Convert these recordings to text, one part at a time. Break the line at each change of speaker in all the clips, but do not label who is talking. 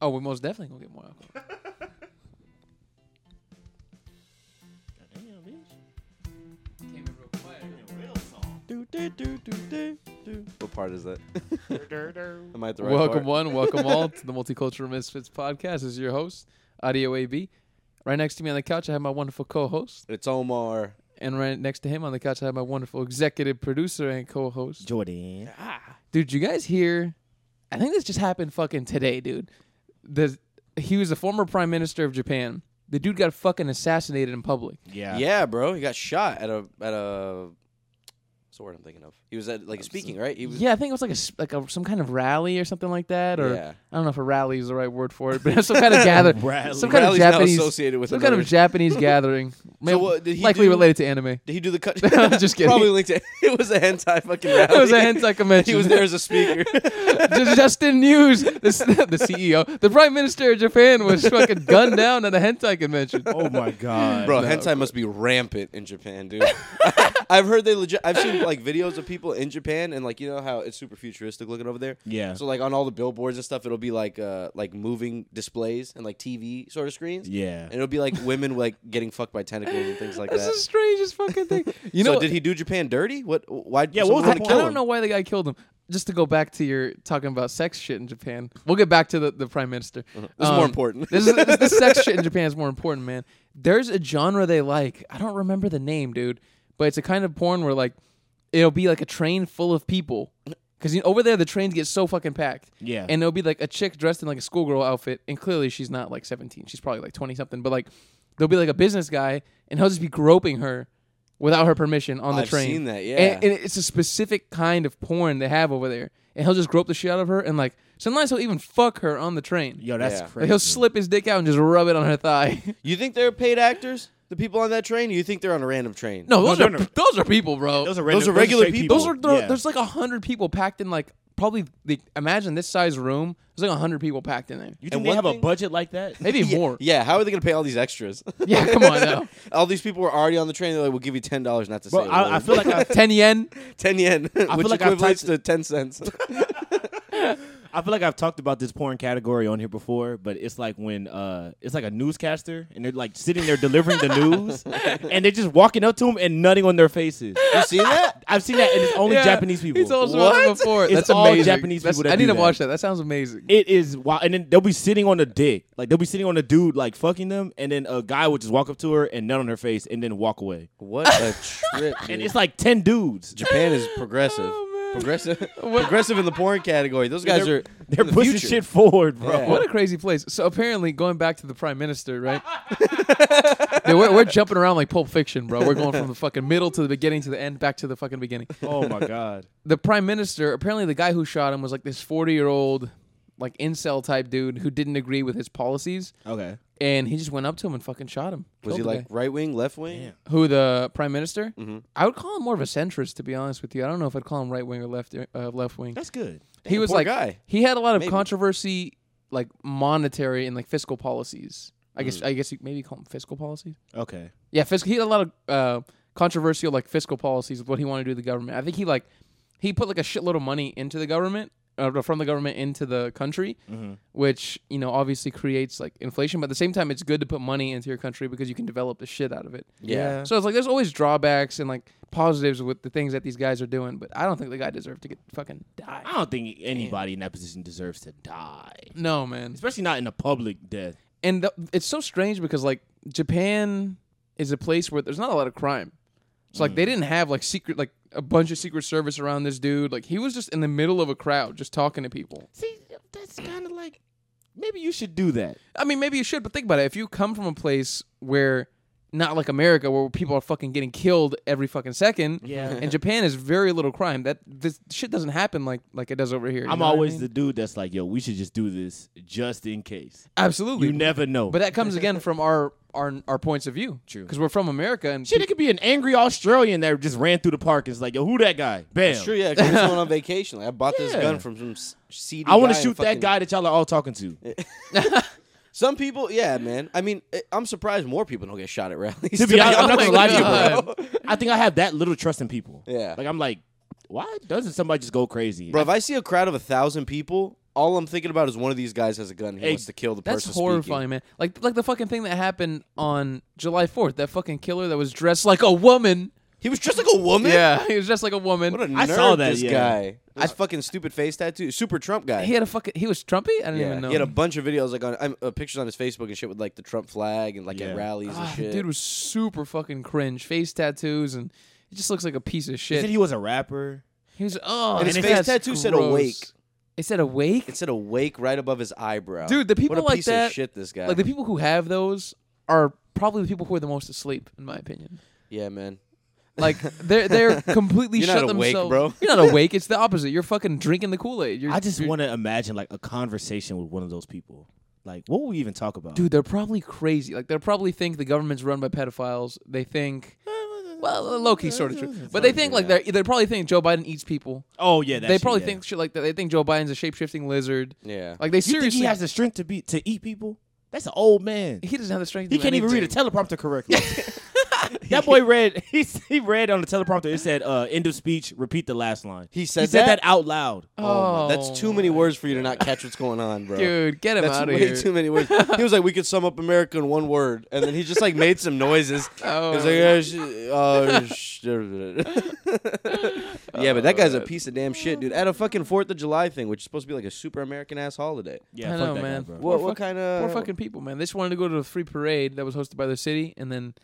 Oh, we're most definitely gonna get more alcohol.
Do, do, do, do, do, do. What part is that? Am I at the right
welcome
part?
one, welcome all to the Multicultural Misfits podcast. This is your host, Audio AB. Right next to me on the couch, I have my wonderful co-host,
It's Omar.
and right next to him on the couch, I have my wonderful executive producer and co-host.
Jordan.
Dude, you guys hear? I think this just happened fucking today, dude. The he was a former prime minister of Japan. The dude got fucking assassinated in public.
Yeah.
Yeah, bro. He got shot at a at a. What's the word I'm thinking of? He was at like
Abs-
speaking, right? He was.
Yeah, I think it was like a s- like a, some kind of rally or something like that, or
Yeah.
I don't know if a rally is the right word for it, but some kind of gather,
Rally.
some kind
Rally's
of
now
Japanese,
associated with
some kind of
another-
Japanese gathering, Maybe-
what did he
likely
do?
related to anime.
Did he do the cut?
Just kidding.
Probably linked it. It was a hentai fucking rally.
It was a hentai convention.
he was there as a speaker.
Ju- Justin News, the, s- the CEO, the Prime Minister of Japan, was fucking gunned down at a hentai convention.
Oh my god.
Bro, hentai must be rampant in Japan, dude. I've heard they legit. I've seen like videos of people in Japan, and like you know how it's super futuristic looking over there.
Yeah.
So like on all the billboards and stuff, it'll be like uh like moving displays and like TV sort of screens.
Yeah.
And it'll be like women like getting fucked by tentacles and things like
That's
that.
the strangest fucking thing. You know,
so did he do Japan dirty? What? Why?
Yeah, what was
I,
the
someone wanna
point?
I
kill
don't
him?
know why the guy killed him. Just to go back to your talking about sex shit in Japan, we'll get back to the, the prime minister.
Uh-huh.
Um,
This is more important.
this is this, this sex shit in Japan is more important, man. There's a genre they like. I don't remember the name, dude, but it's a kind of porn where like it'll be like a train full of people. Because you over there, the trains get so fucking packed.
Yeah.
And it'll be like a chick dressed in like a schoolgirl outfit, and clearly she's not like 17. She's probably like 20 something. But like, there'll be like a business guy, and he'll just be groping her without her permission on the
I've
train.
seen that, yeah.
And, and it's a specific kind of porn they have over there, and he'll just grope the shit out of her, and like sometimes he'll even fuck her on the train.
Yo, that's
Yeah.
Like
crazy.
he'll slip his dick out and just rub it on her thigh.
You think they're paid actors? The people on that train? You think they're on a random train?
no, those
they're
are
in a-
those are people, bro.
Those are,
Those are regular
straight
people.
people.
Those are there-
yeah.
there's like a hundred people packed in like probably the, imagine this size room. There's like a hundred people packed in there,
You
And
think they
one
have a
thing-
budget like that?
maybe more.
Yeah, how are they gonna pay all these extras?
Yeah, come on now.
all these people were already on the train. They're like, "We'll give you ten dollars not to
Bro,
say." a
I, I
word."
feel like I,
Ten yen.
ten yen, which
like I've
equates
touched-
to ten cents.
I feel like I've talked about this porn category on here before, but it's like when uh, it's like a newscaster and they're like sitting there delivering the news, and they're just walking up to them and nutting on their faces.
you see that?
I've seen that, and it's only
Yeah,
Japanese people.
He told us about that
What?
before.
It's
That's
all
amazing.
Japanese
That's-
people that
I need
do
to
that.
watch that. That sounds amazing.
It is wild, and then they'll be sitting on a dick, like they'll be sitting on a dude, like fucking them, and then a guy would just walk up to her and nut on her face, and then walk away.
What a trip! dude.
And it's Oh, like ten dudes.
Japan is progressive, progressive, progressive in the porn category. Those guys
they're,
are
they're
in the
pushing
future.
shit forward, bro.
Yeah.
What a crazy place. So apparently, going back to the prime minister, right? Dude, we're, we're jumping around like Pulp Fiction, bro. We're going from the fucking middle to the beginning to the end, back to the fucking beginning.
Oh my god.
the prime minister apparently the guy who shot him was like this 40 year old like incel type dude who didn't agree with his policies
Okay.
and he just went up to him and fucking shot him
Was
Killed
he
the
like Mm-hmm.
guy.
right wing, left wing?
Damn.
who the prime minister i would call him more of a centrist to be honest with you i don't know if i'd call him right wing or left uh, left wing
That's good.
he was
poor
like
guy.
he had a lot of
Maybe.
controversy like monetary and like fiscal policies i
Mm.
guess i guess you maybe call them fiscal policies
Okay.
yeah, fiscal. He had a lot of uh, controversial like fiscal policies with what he wanted to do with the government. I think he like he put like a shitload of money into the government uh, from the government into the country,
Mm-hmm.
which you know obviously creates like inflation. But at the same time, it's good to put money into your country because you can develop the shit out of it.
Yeah.
So it's like there's always drawbacks and like positives with the things that these guys are doing. But I don't think the guy deserved to get fucking die.
I don't think anybody in that position deserves to die,
No man.
especially not in a public death.
and the, it's so strange because like Japan is a place where there's not a lot of crime. So like they didn't have like secret like a bunch of secret service around this dude. Like he was just in the middle of a crowd just talking to people.
See, that's kind of like maybe you should do that.
I mean, maybe you should, but think about it. If you come from a place where not like America where people are fucking getting killed every fucking second,
Yeah.
and Japan is very little crime. That this shit doesn't happen like like it does over here. you
I'm
know what I
always
mean?
the dude that's like, yo, we should just do this just in case.
absolutely.
You never know.
but that comes again from our our our points of view. True, because we're from America and
shit, it could be an angry Australian that just ran through the park and is like, yo, who that guy? Bam.
Sure, yeah. 'cause He's going on vacation. Like, I bought this
Yeah.
gun from some s- seedy.
I want
guy
to
in
shoot
fucking-
that guy that y'all are all talking to.
Some people, yeah, man. I mean, I- I'm surprised more people don't get shot at rallies.
to be honest, I'm not
Oh
gonna
my
lie to you,
God.
bro. I think I have that little trust in people.
Yeah.
Like I'm like, why doesn't somebody just go crazy?
Bro, if I see a crowd of a thousand people, all I'm thinking about is one of these guys has a gun. He
Hey,
wants to kill the
That's
person.
horrifying, man. Like like the fucking thing that happened on July 4th. That fucking killer that was dressed like a woman.
Speaking. He was just like a woman.
Yeah, he was dressed like a woman.
What a nerd
I saw that,
this
yeah.
guy. This fucking stupid face tattoo. Super Trump guy.
he had a fucking. He was Trumpy. I didn't
yeah,
even know. Ah,
he had a bunch of videos like on um, uh, pictures on his Facebook and shit with like the Trump flag and like
Yeah.
at rallies and
Ah,
shit.
dude was super fucking cringe. Face tattoos and he just looks like a piece of
He
shit.
said
He,
he was a rapper.
was oh,
and his
that's
face tattoo said
gross.
awake.
It said awake.
It said awake right above his eyebrow.
Dude, the people
what a
like
piece
that-
of shit this guy.
Like the people who have those are probably the people who are the most asleep, in my opinion.
yeah, man.
Like they're they're completely
You're
shut
not awake,
themselves.
bro.
You're not awake. It's the opposite. You're fucking drinking the Kool Aid.
I just want to imagine like a conversation with one of those people. Like, what would we even talk about?
Dude, they're probably crazy. Like they probably think the government's run by pedophiles. They think. Well, low key sort of true, but they think like they they probably think Joe Biden eats people.
Oh yeah, that
they
shit,
probably
yeah.
think shit like that. They think Joe Biden's a shape shifting lizard.
Yeah.
Like they
You
seriously,
think he has the strength to be to eat people? That's an old man.
he doesn't have the strength. to
He
do
can't even read a
anything.
teleprompter correctly. that boy read. He s- he read on the teleprompter. It said uh, end of speech. Repeat the last line.
He said
He said that
that?
out loud.
Oh, my- that's too many
my-
words for you to not catch what's going on, bro.
Dude, get him
That's
out of
way
here.
too many words. He was like, "We could sum up America in one word," and then he just like made some noises.
Oh.
He was like, "Uh, sh- uh, sh- yeah,
Oh,
but that guy's a piece of damn shit, dude. At a fucking Fourth of July thing, which is supposed to be like a super American ass holiday.
Yeah,
I
fuck
know,
that guy,
man.
bro.
What,
Poor
what
fuck-
kind of
Poor fucking people, man. They just wanted to go to a free parade that was hosted by their city, and then,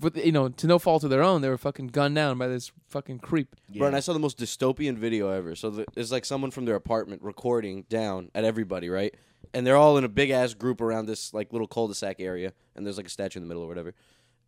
with you know, to no fault of their own, they were fucking gunned down by this fucking creep.
Yeah.
Bro, and I saw the most dystopian video ever. So the, it's like someone from their apartment recording down at everybody, right? And they're all in a big ass group around this like little cul-de-sac area, and there's like a statue in the middle or whatever.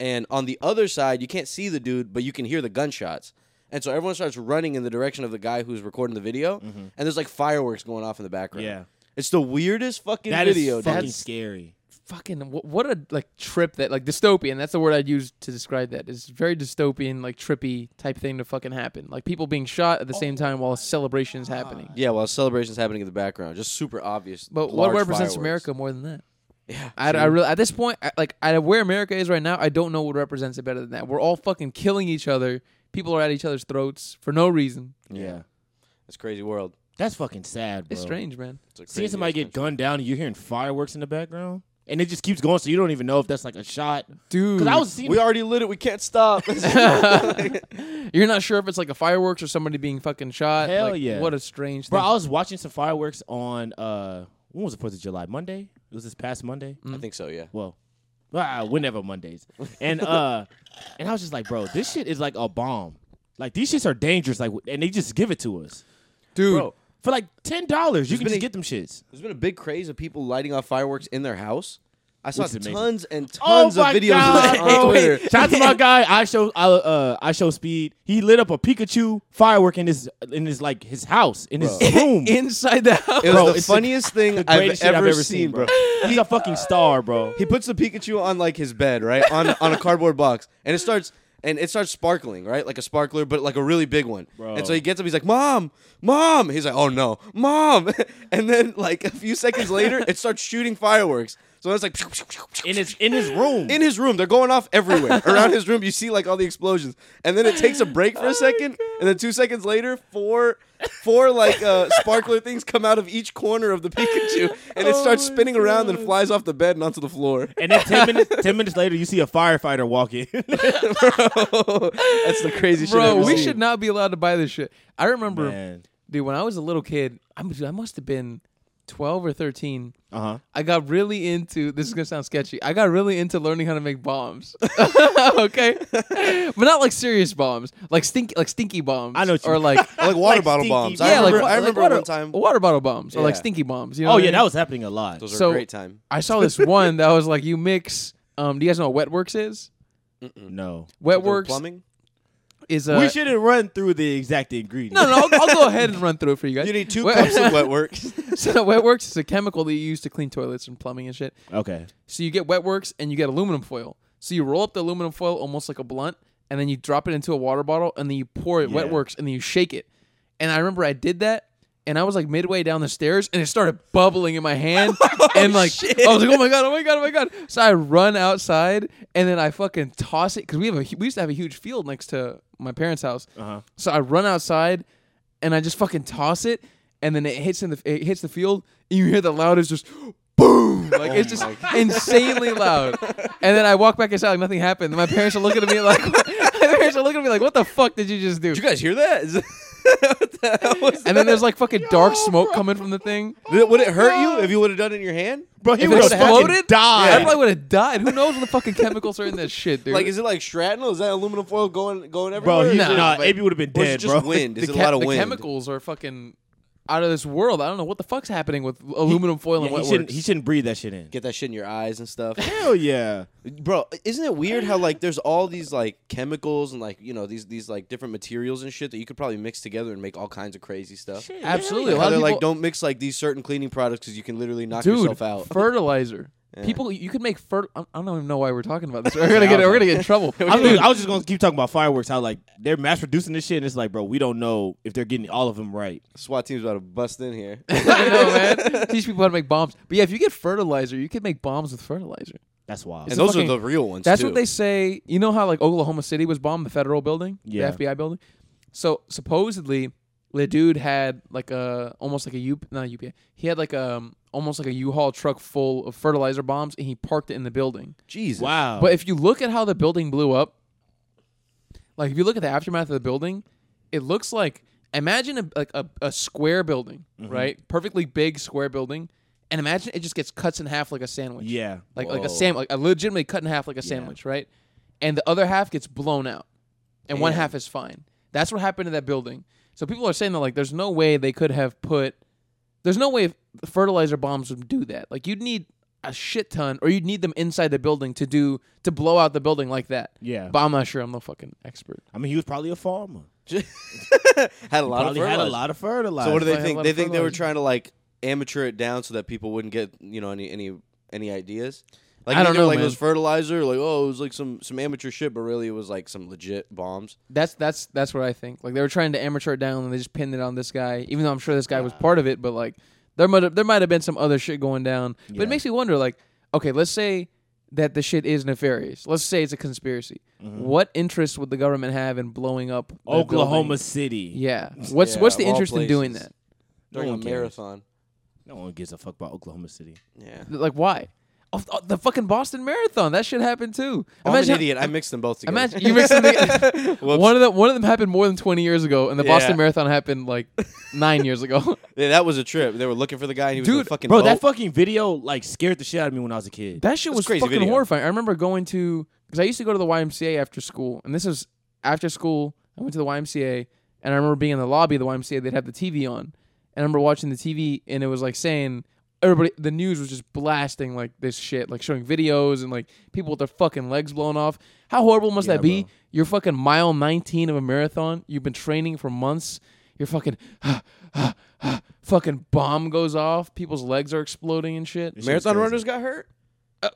And on the other side, you can't see the dude, but you can hear the gunshots. And so everyone starts running in the direction of the guy who's recording the video, and there's like fireworks going off in the background.
Mm-hmm. Yeah.
it's the weirdest fucking
That is
video. dude.
fucking
That's-
scary.
Fucking wh- what a like trip that like dystopian. That's the word I'd use to describe that. It's very dystopian, like trippy type thing to fucking happen. Like people being shot at the same time while celebrations happening.
yeah, while celebrations happening in the background, just super obvious.
But what
Ah. large
represents
fireworks.
America more than that?
Yeah,
I, I really at this point, I, like I, where America is right now, I don't know what represents it better than that. We're all fucking killing each other. People are at each other's throats for no reason.
yeah. it's a crazy world.
That's fucking sad, bro.
It's strange, man.
It's a crazy
Seeing somebody
country.
get gunned down, and you're hearing fireworks in the background, and it just keeps going, so you don't even know if that's like a shot.
Dude,
Because I was seeing,
We already lit it. We can't stop.
you're not sure if it's like a fireworks or somebody being fucking shot.
Hell
Like,
yeah.
What a strange
bro,
thing.
I was watching some fireworks on uh, when was the Fourth of July? Monday? It was this past Monday.
I think so. Yeah.
well, ah, whenever Mondays. And uh, and I was just like, bro, this shit is like a bomb. Like these shits are dangerous. Like, and they just give it to us
Dude,
Bro,
for like ten dollars. You can
been
just
a-
get them shits.
there's been a big craze of people lighting off fireworks in their house. I saw
Which is amazing. Oh
tons and tons of videos of that on
Wait,
Twitter.
wait. Shout out to my guy. I show I, uh, I show speed. He lit up a Pikachu firework in his in his like his house in his room.
inside the house.
It was
Bro,
the
it's the-
funniest thing
the
I've,
greatest shit
ever seen, bro.
He's a fucking star, bro.
He puts the Pikachu on like his bed, right on on a cardboard box, and it starts and it starts sparkling, right, like a sparkler, but like a really big one.
Bro.
And so he gets up, he's like, "Mom, mom!" He's like, "Oh no, mom!" and then like a few seconds later, it starts shooting fireworks. So it's like
In his in his room.
in his room. They're going off everywhere. Around his room, you see like all the explosions, and then it takes a break for a second, and then two seconds later, four, four like uh, sparkler things come out of each corner of the Pikachu, and it starts spinning around and flies off the bed and onto the floor.
and then ten minutes ten minutes later, you see a firefighter walk in.
That's the craziest shit. I've
Bro,
ever
we
seen.
should not be allowed to buy this shit. I remember,
Man.
dude, when I was a little kid, I, was- I must have been 12 or 13.
Uh huh.
I got really into this is gonna sound sketchy. I got really into learning how to make bombs. okay, but not like serious bombs, like stink, like stinky bombs.
I know what you
or
mean.
like
Like water
Like
bottle
stinky-
bombs. I
yeah,
remember,
like wa-
I remember
like water,
one time.
water bottle bombs or like
Yeah.
stinky bombs. You know
Oh
what
yeah,
I
that
mean?
was happening a lot.
Those are
so-
a great time.
I saw this one that was like you mix. Um, do you guys know what Wetworks is?
No.
Wetworks
plumbing.
is
Uh,
a
we shouldn't run through the exact ingredients.
no, no. I'll, I'll go ahead and run through it for you guys.
You need two
Wet-
cups of wet works.
so Wetworks is a chemical that you use to clean toilets and plumbing and shit.
Okay.
So you get wet works and you get aluminum foil. So you roll up the aluminum foil almost like a blunt, and then you drop it into a water bottle, and then you pour it wet
Yeah.
works, and then you shake it. And I remember I did that, and I was like midway down the stairs, and it started bubbling in my hand, and like I was like, oh my god, oh my god, oh my god. So I run outside, and then I fucking toss it because we have a hu- we used to have a huge field next to my parents' house.
Uh huh.
So I run outside, and I just fucking toss it. and then it hits in the it hits the field, and you hear the loudest just boom, like it's just
my
insanely loud. And then I walk back inside like nothing happened. And my parents are looking at me like, my parents are looking at me like, what the fuck did you just do?
Did you guys hear that? Is- what the hell was
and then
that?
there's like fucking dark smoke coming from the thing.
Did it- would it hurt you if you would have done it in your hand?
Bro, he
If
would
it
have fucking
exploded, I
died.
probably would have died. Who knows what the fucking chemicals are in this shit, dude?
Like, is it like shrapnel? Is that aluminum foil going going everywhere?
Bro, he,
Is
Nah.
it-
nah,
like-
AB would have been
or is it
dead,
just
bro.
wind? Is
the,
it
chem-
a lot of
the
wind?
chemicals are fucking out of this world. I don't know what the fuck's happening with aluminum foil
Yeah,
and
he
what
shouldn't.
works.
He shouldn't breathe that shit in.
Get that shit in your eyes and stuff.
Hell yeah.
Bro, isn't it weird how like there's all these like chemicals and like you know these these like different materials and shit that you could probably mix together and make all kinds of crazy stuff.
Absolutely,
Like,
a
how
lot
they're
of
like
people-
don't mix like these certain cleaning products because you can literally knock
dude,
yourself out.
fertilizer. People, you could make fer. I I don't even know why we're talking about this. We're gonna get. We're gonna get in trouble.
I was, I was just gonna keep talking about fireworks. How like they're mass producing this shit, and it's like, bro, we don't know if they're getting all of them right.
SWAT team's about to bust in here.
I know, man. Teach people how to make bombs. But yeah, if you get fertilizer, you could make bombs with fertilizer.
That's wild.
and
a
those
fucking-
are the real ones.
That's
too.
what they say. You know how like Oklahoma City was bombed, the federal building,
Yeah.
the FBI building. So supposedly the dude had like a almost like a U not a UPA. He had like um almost like a U-Haul truck full of fertilizer bombs, and he parked it in the building.
Jesus.
Wow.
But if you look at how the building blew up, like if you look at the aftermath of the building, it looks like imagine a, like a, a square building, right? Perfectly big square building, and imagine it just gets cuts in half like a sandwich.
yeah,
like like a
Whoa.
sam like a legitimately cut in half like a sandwich, right? And the other half gets blown out, and one half is fine. That's what happened to that building. So people are saying that like there's no way they could have put there's no way fertilizer bombs would do that. Like you'd need a shit ton, or you'd need them inside the building to do to blow out the building like that.
yeah.
But I'm not sure. I'm no fucking expert.
I mean, he was probably a farmer.
had a lot
Probably
of
had a
fertilizer.
lot of fertilizer.
So what do they
Probably had a lot
think?
of
They think they were
fertilizer.
trying to like amateur it down so that people wouldn't get you know any any any ideas. Like
I don't
either,
know,
Like it
man.
was fertilizer. Like oh, it was like some some amateur shit, but really it was like some legit bombs.
That's that's that's what I think. Like they were trying to amateur it down, and they just pinned it on this guy. Even though I'm sure this guy was part of it, but like there might have, there might have been some other shit going down. But
Yeah.
it makes me wonder. Like, okay, let's say that the shit is nefarious. Let's say it's a conspiracy.
Mm-hmm.
What interest would the government have in blowing up the
Oklahoma
building?
City.
Yeah. What's
Yeah,
what's the
of all
interest in doing
places.
that?
During
No
a
one cares.
marathon.
No one gives a fuck about Oklahoma City.
Yeah.
Like, why? Oh, th- oh, the fucking Boston Marathon. That shit happened too.
I'm an
Imagine
idiot. I mixed them both together.
Imagine you mixed the,
Whoops.
one of them. One of them happened more than twenty years ago, and the
Yeah.
Boston Marathon happened like nine years ago.
Yeah, that was a trip. They were looking for the guy, and he was in a
Dude,
fucking
Bro,
boat.
that fucking video like scared the shit out of me when I was a kid.
That shit
That's
was
crazy
fucking
video.
horrifying. I remember going to because I used to go to the YMCA after school, and this is after school. I went to the YMCA, and I remember being in the lobby of the YMCA. They'd have the TV on, and I remember watching the TV, and it was like saying everybody. The news was just blasting like this shit, like showing videos and like people with their fucking legs blown off. How horrible must that be? You're fucking mile 19 of a marathon. You've been training for months. You're fucking. fucking bomb goes off. People's legs are exploding and shit.
marathon
crazy.
runners got hurt. Uh,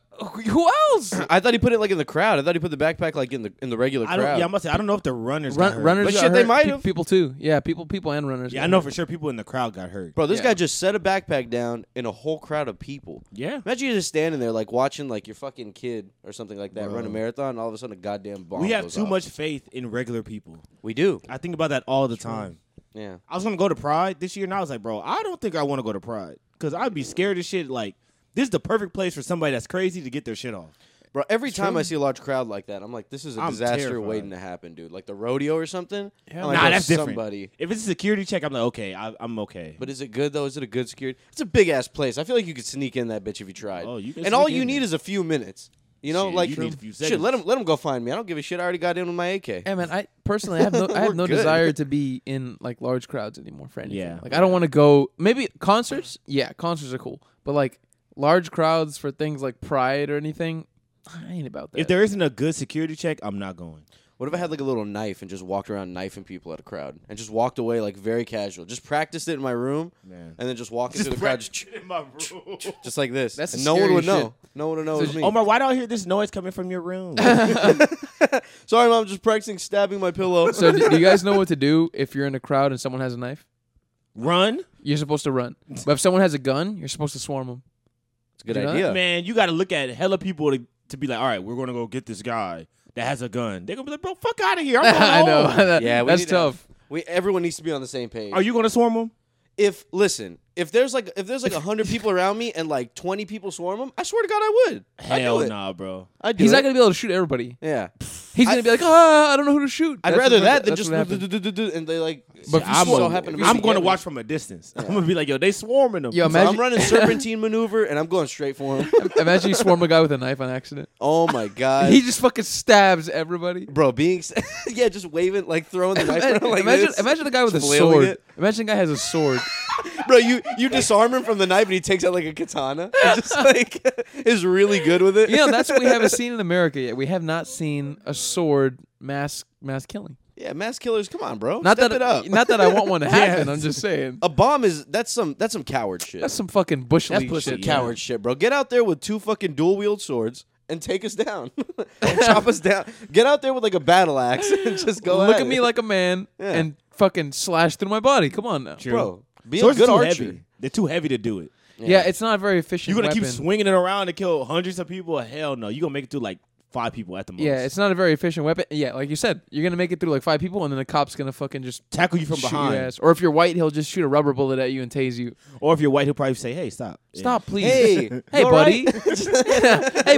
Who else?
I thought he put it like in the crowd. I thought he put the backpack like in the in the regular
I
crowd.
don't. Yeah, I must say I don't know if the runners got
Run,
hurt.
runners,
But
got
shit, they
hurt.
might
Pe-
have.
people too. Yeah, people, people, and runners.
Yeah,
got
I know
hurt.
for sure people in the crowd got hurt.
Bro, this
Yeah.
guy just set a backpack down in a whole crowd of people.
Yeah.
Imagine you just standing there like watching like your fucking kid or something like that run a marathon, and all of a sudden a goddamn bomb.
We have
goes
too
off.
much faith in regular people.
We do.
I think about that all the time.
Yeah.
I was gonna go to Pride this year, and I was like, bro, I don't think I want to go to Pride because I'd be scared as shit. Like, this is the perfect place for somebody that's crazy to get their shit off.
Bro, every time I see a large crowd like that, I'm like, this is a
I'm
disaster
terrified.
waiting to happen, dude. Like the rodeo or something. Yeah,
nah, that's different.
somebody.
If it's a security check, I'm like, okay, I, I'm okay.
But is it good though? Is it a good security? It's a big ass place. I feel like you could sneak in that bitch if you tried.
Oh, you can
And all
sneak
you
in
need
there.
is a few minutes. You know,
Shit,
like
you need a few
shit. Let
seconds.
them let them go find me. I don't give a shit. I already got in with my AK.
Yeah, man. I personally, I have no, I have
We're
no
good.
desire to be in like large crowds anymore for anything.
Yeah.
like I don't want to go. Maybe concerts. Yeah, concerts are cool, but like large crowds for things like Pride or anything, I ain't about that.
if there isn't a good security check, I'm not going.
What if I had like a little knife and just walked around knifing people at a crowd and just walked away like very casual? Just practiced it in my room
Man.
and then just walked into the crowd just,
in my room.
just like this.
That's
and
the
no one would
scary
know. No one would know
So
it was
j-
me.
Omar, why do I hear this noise coming from your room?
Sorry, mom, just practicing stabbing my pillow.
so, do, do you guys know what to do if you're in a crowd and someone has a knife?
Run,
You're supposed to run. But if someone has a gun, you're supposed to swarm them.
it's a good
you know that?
idea.
man. You got to look at hella people to, to be like, all right, we're gonna go get this guy that has a gun. They're gonna be like, bro, fuck out of here. I'm going
I know.
home.
Oh. Yeah, we
that's
need to have-
tough.
We everyone needs to be on the same page.
Are you gonna swarm him?
If listen, if there's like if there's like hundred people around me and like twenty people swarm him, I swear to God, I would.
Hell
I do it.
nah, bro.
I do
He's
it.
not gonna be able to shoot everybody.
Yeah,
He's gonna be like, ah, I don't know who to shoot.
I'd
That's
rather
what-
that than
that's
just
what happened.
and they like.
But
But
if
I'm
you
so
swore-
happen to be
I'm going to
together.
watch from a distance. I'm gonna be like, yo, they swarming them.
Yo,
So I'm
Imagine-
running serpentine maneuver and I'm going straight for him.
Imagine you swarm a guy with a knife on accident.
Oh my god,
he just fucking stabs everybody.
bro, being s- yeah, just waving like throwing the knife around
Imagine,
like
imagine,
this.
imagine a guy with a
flailing
sword.
it.
Imagine a guy has a sword.
bro. You you disarm him from the knife and he takes out like a katana. And just like is really good with it.
you know, that's what we haven't seen in America yet. We have not seen a sword mass mass killing.
yeah, mass killers. Come on, bro.
Not
Step
that
it up. Oh.
not that I want one to happen. I'm just saying
a bomb is that's some that's some coward shit.
that's some fucking bush
That's
league
pussy,
shit.
yeah.
coward shit, bro. Get out there with two fucking dual wield swords and take us down, and chop us down. Get out there with like a battle axe and just go.
Look at
it.
me like a man
Yeah.
and fucking slash through my body. Come on now.
True.
bro. Be
Swords
a
are
good
too
archer.
heavy. They're too heavy to do it.
Yeah. it's not a very efficient.
You're gonna
weapon.
keep swinging it around to kill hundreds of people. Hell no. You gonna make it through like five people at the most.
Yeah, it's not a very efficient weapon. Yeah, like you said, you're gonna make it through like five people, and then the cop's gonna fucking just
tackle you from
shoot
behind.
your ass. Or if you're white, he'll just shoot a rubber bullet at you and tase you.
Or if you're white, he'll probably say, "Hey, stop,
Stop, please.
Hey, you
hey,
all
buddy. hey,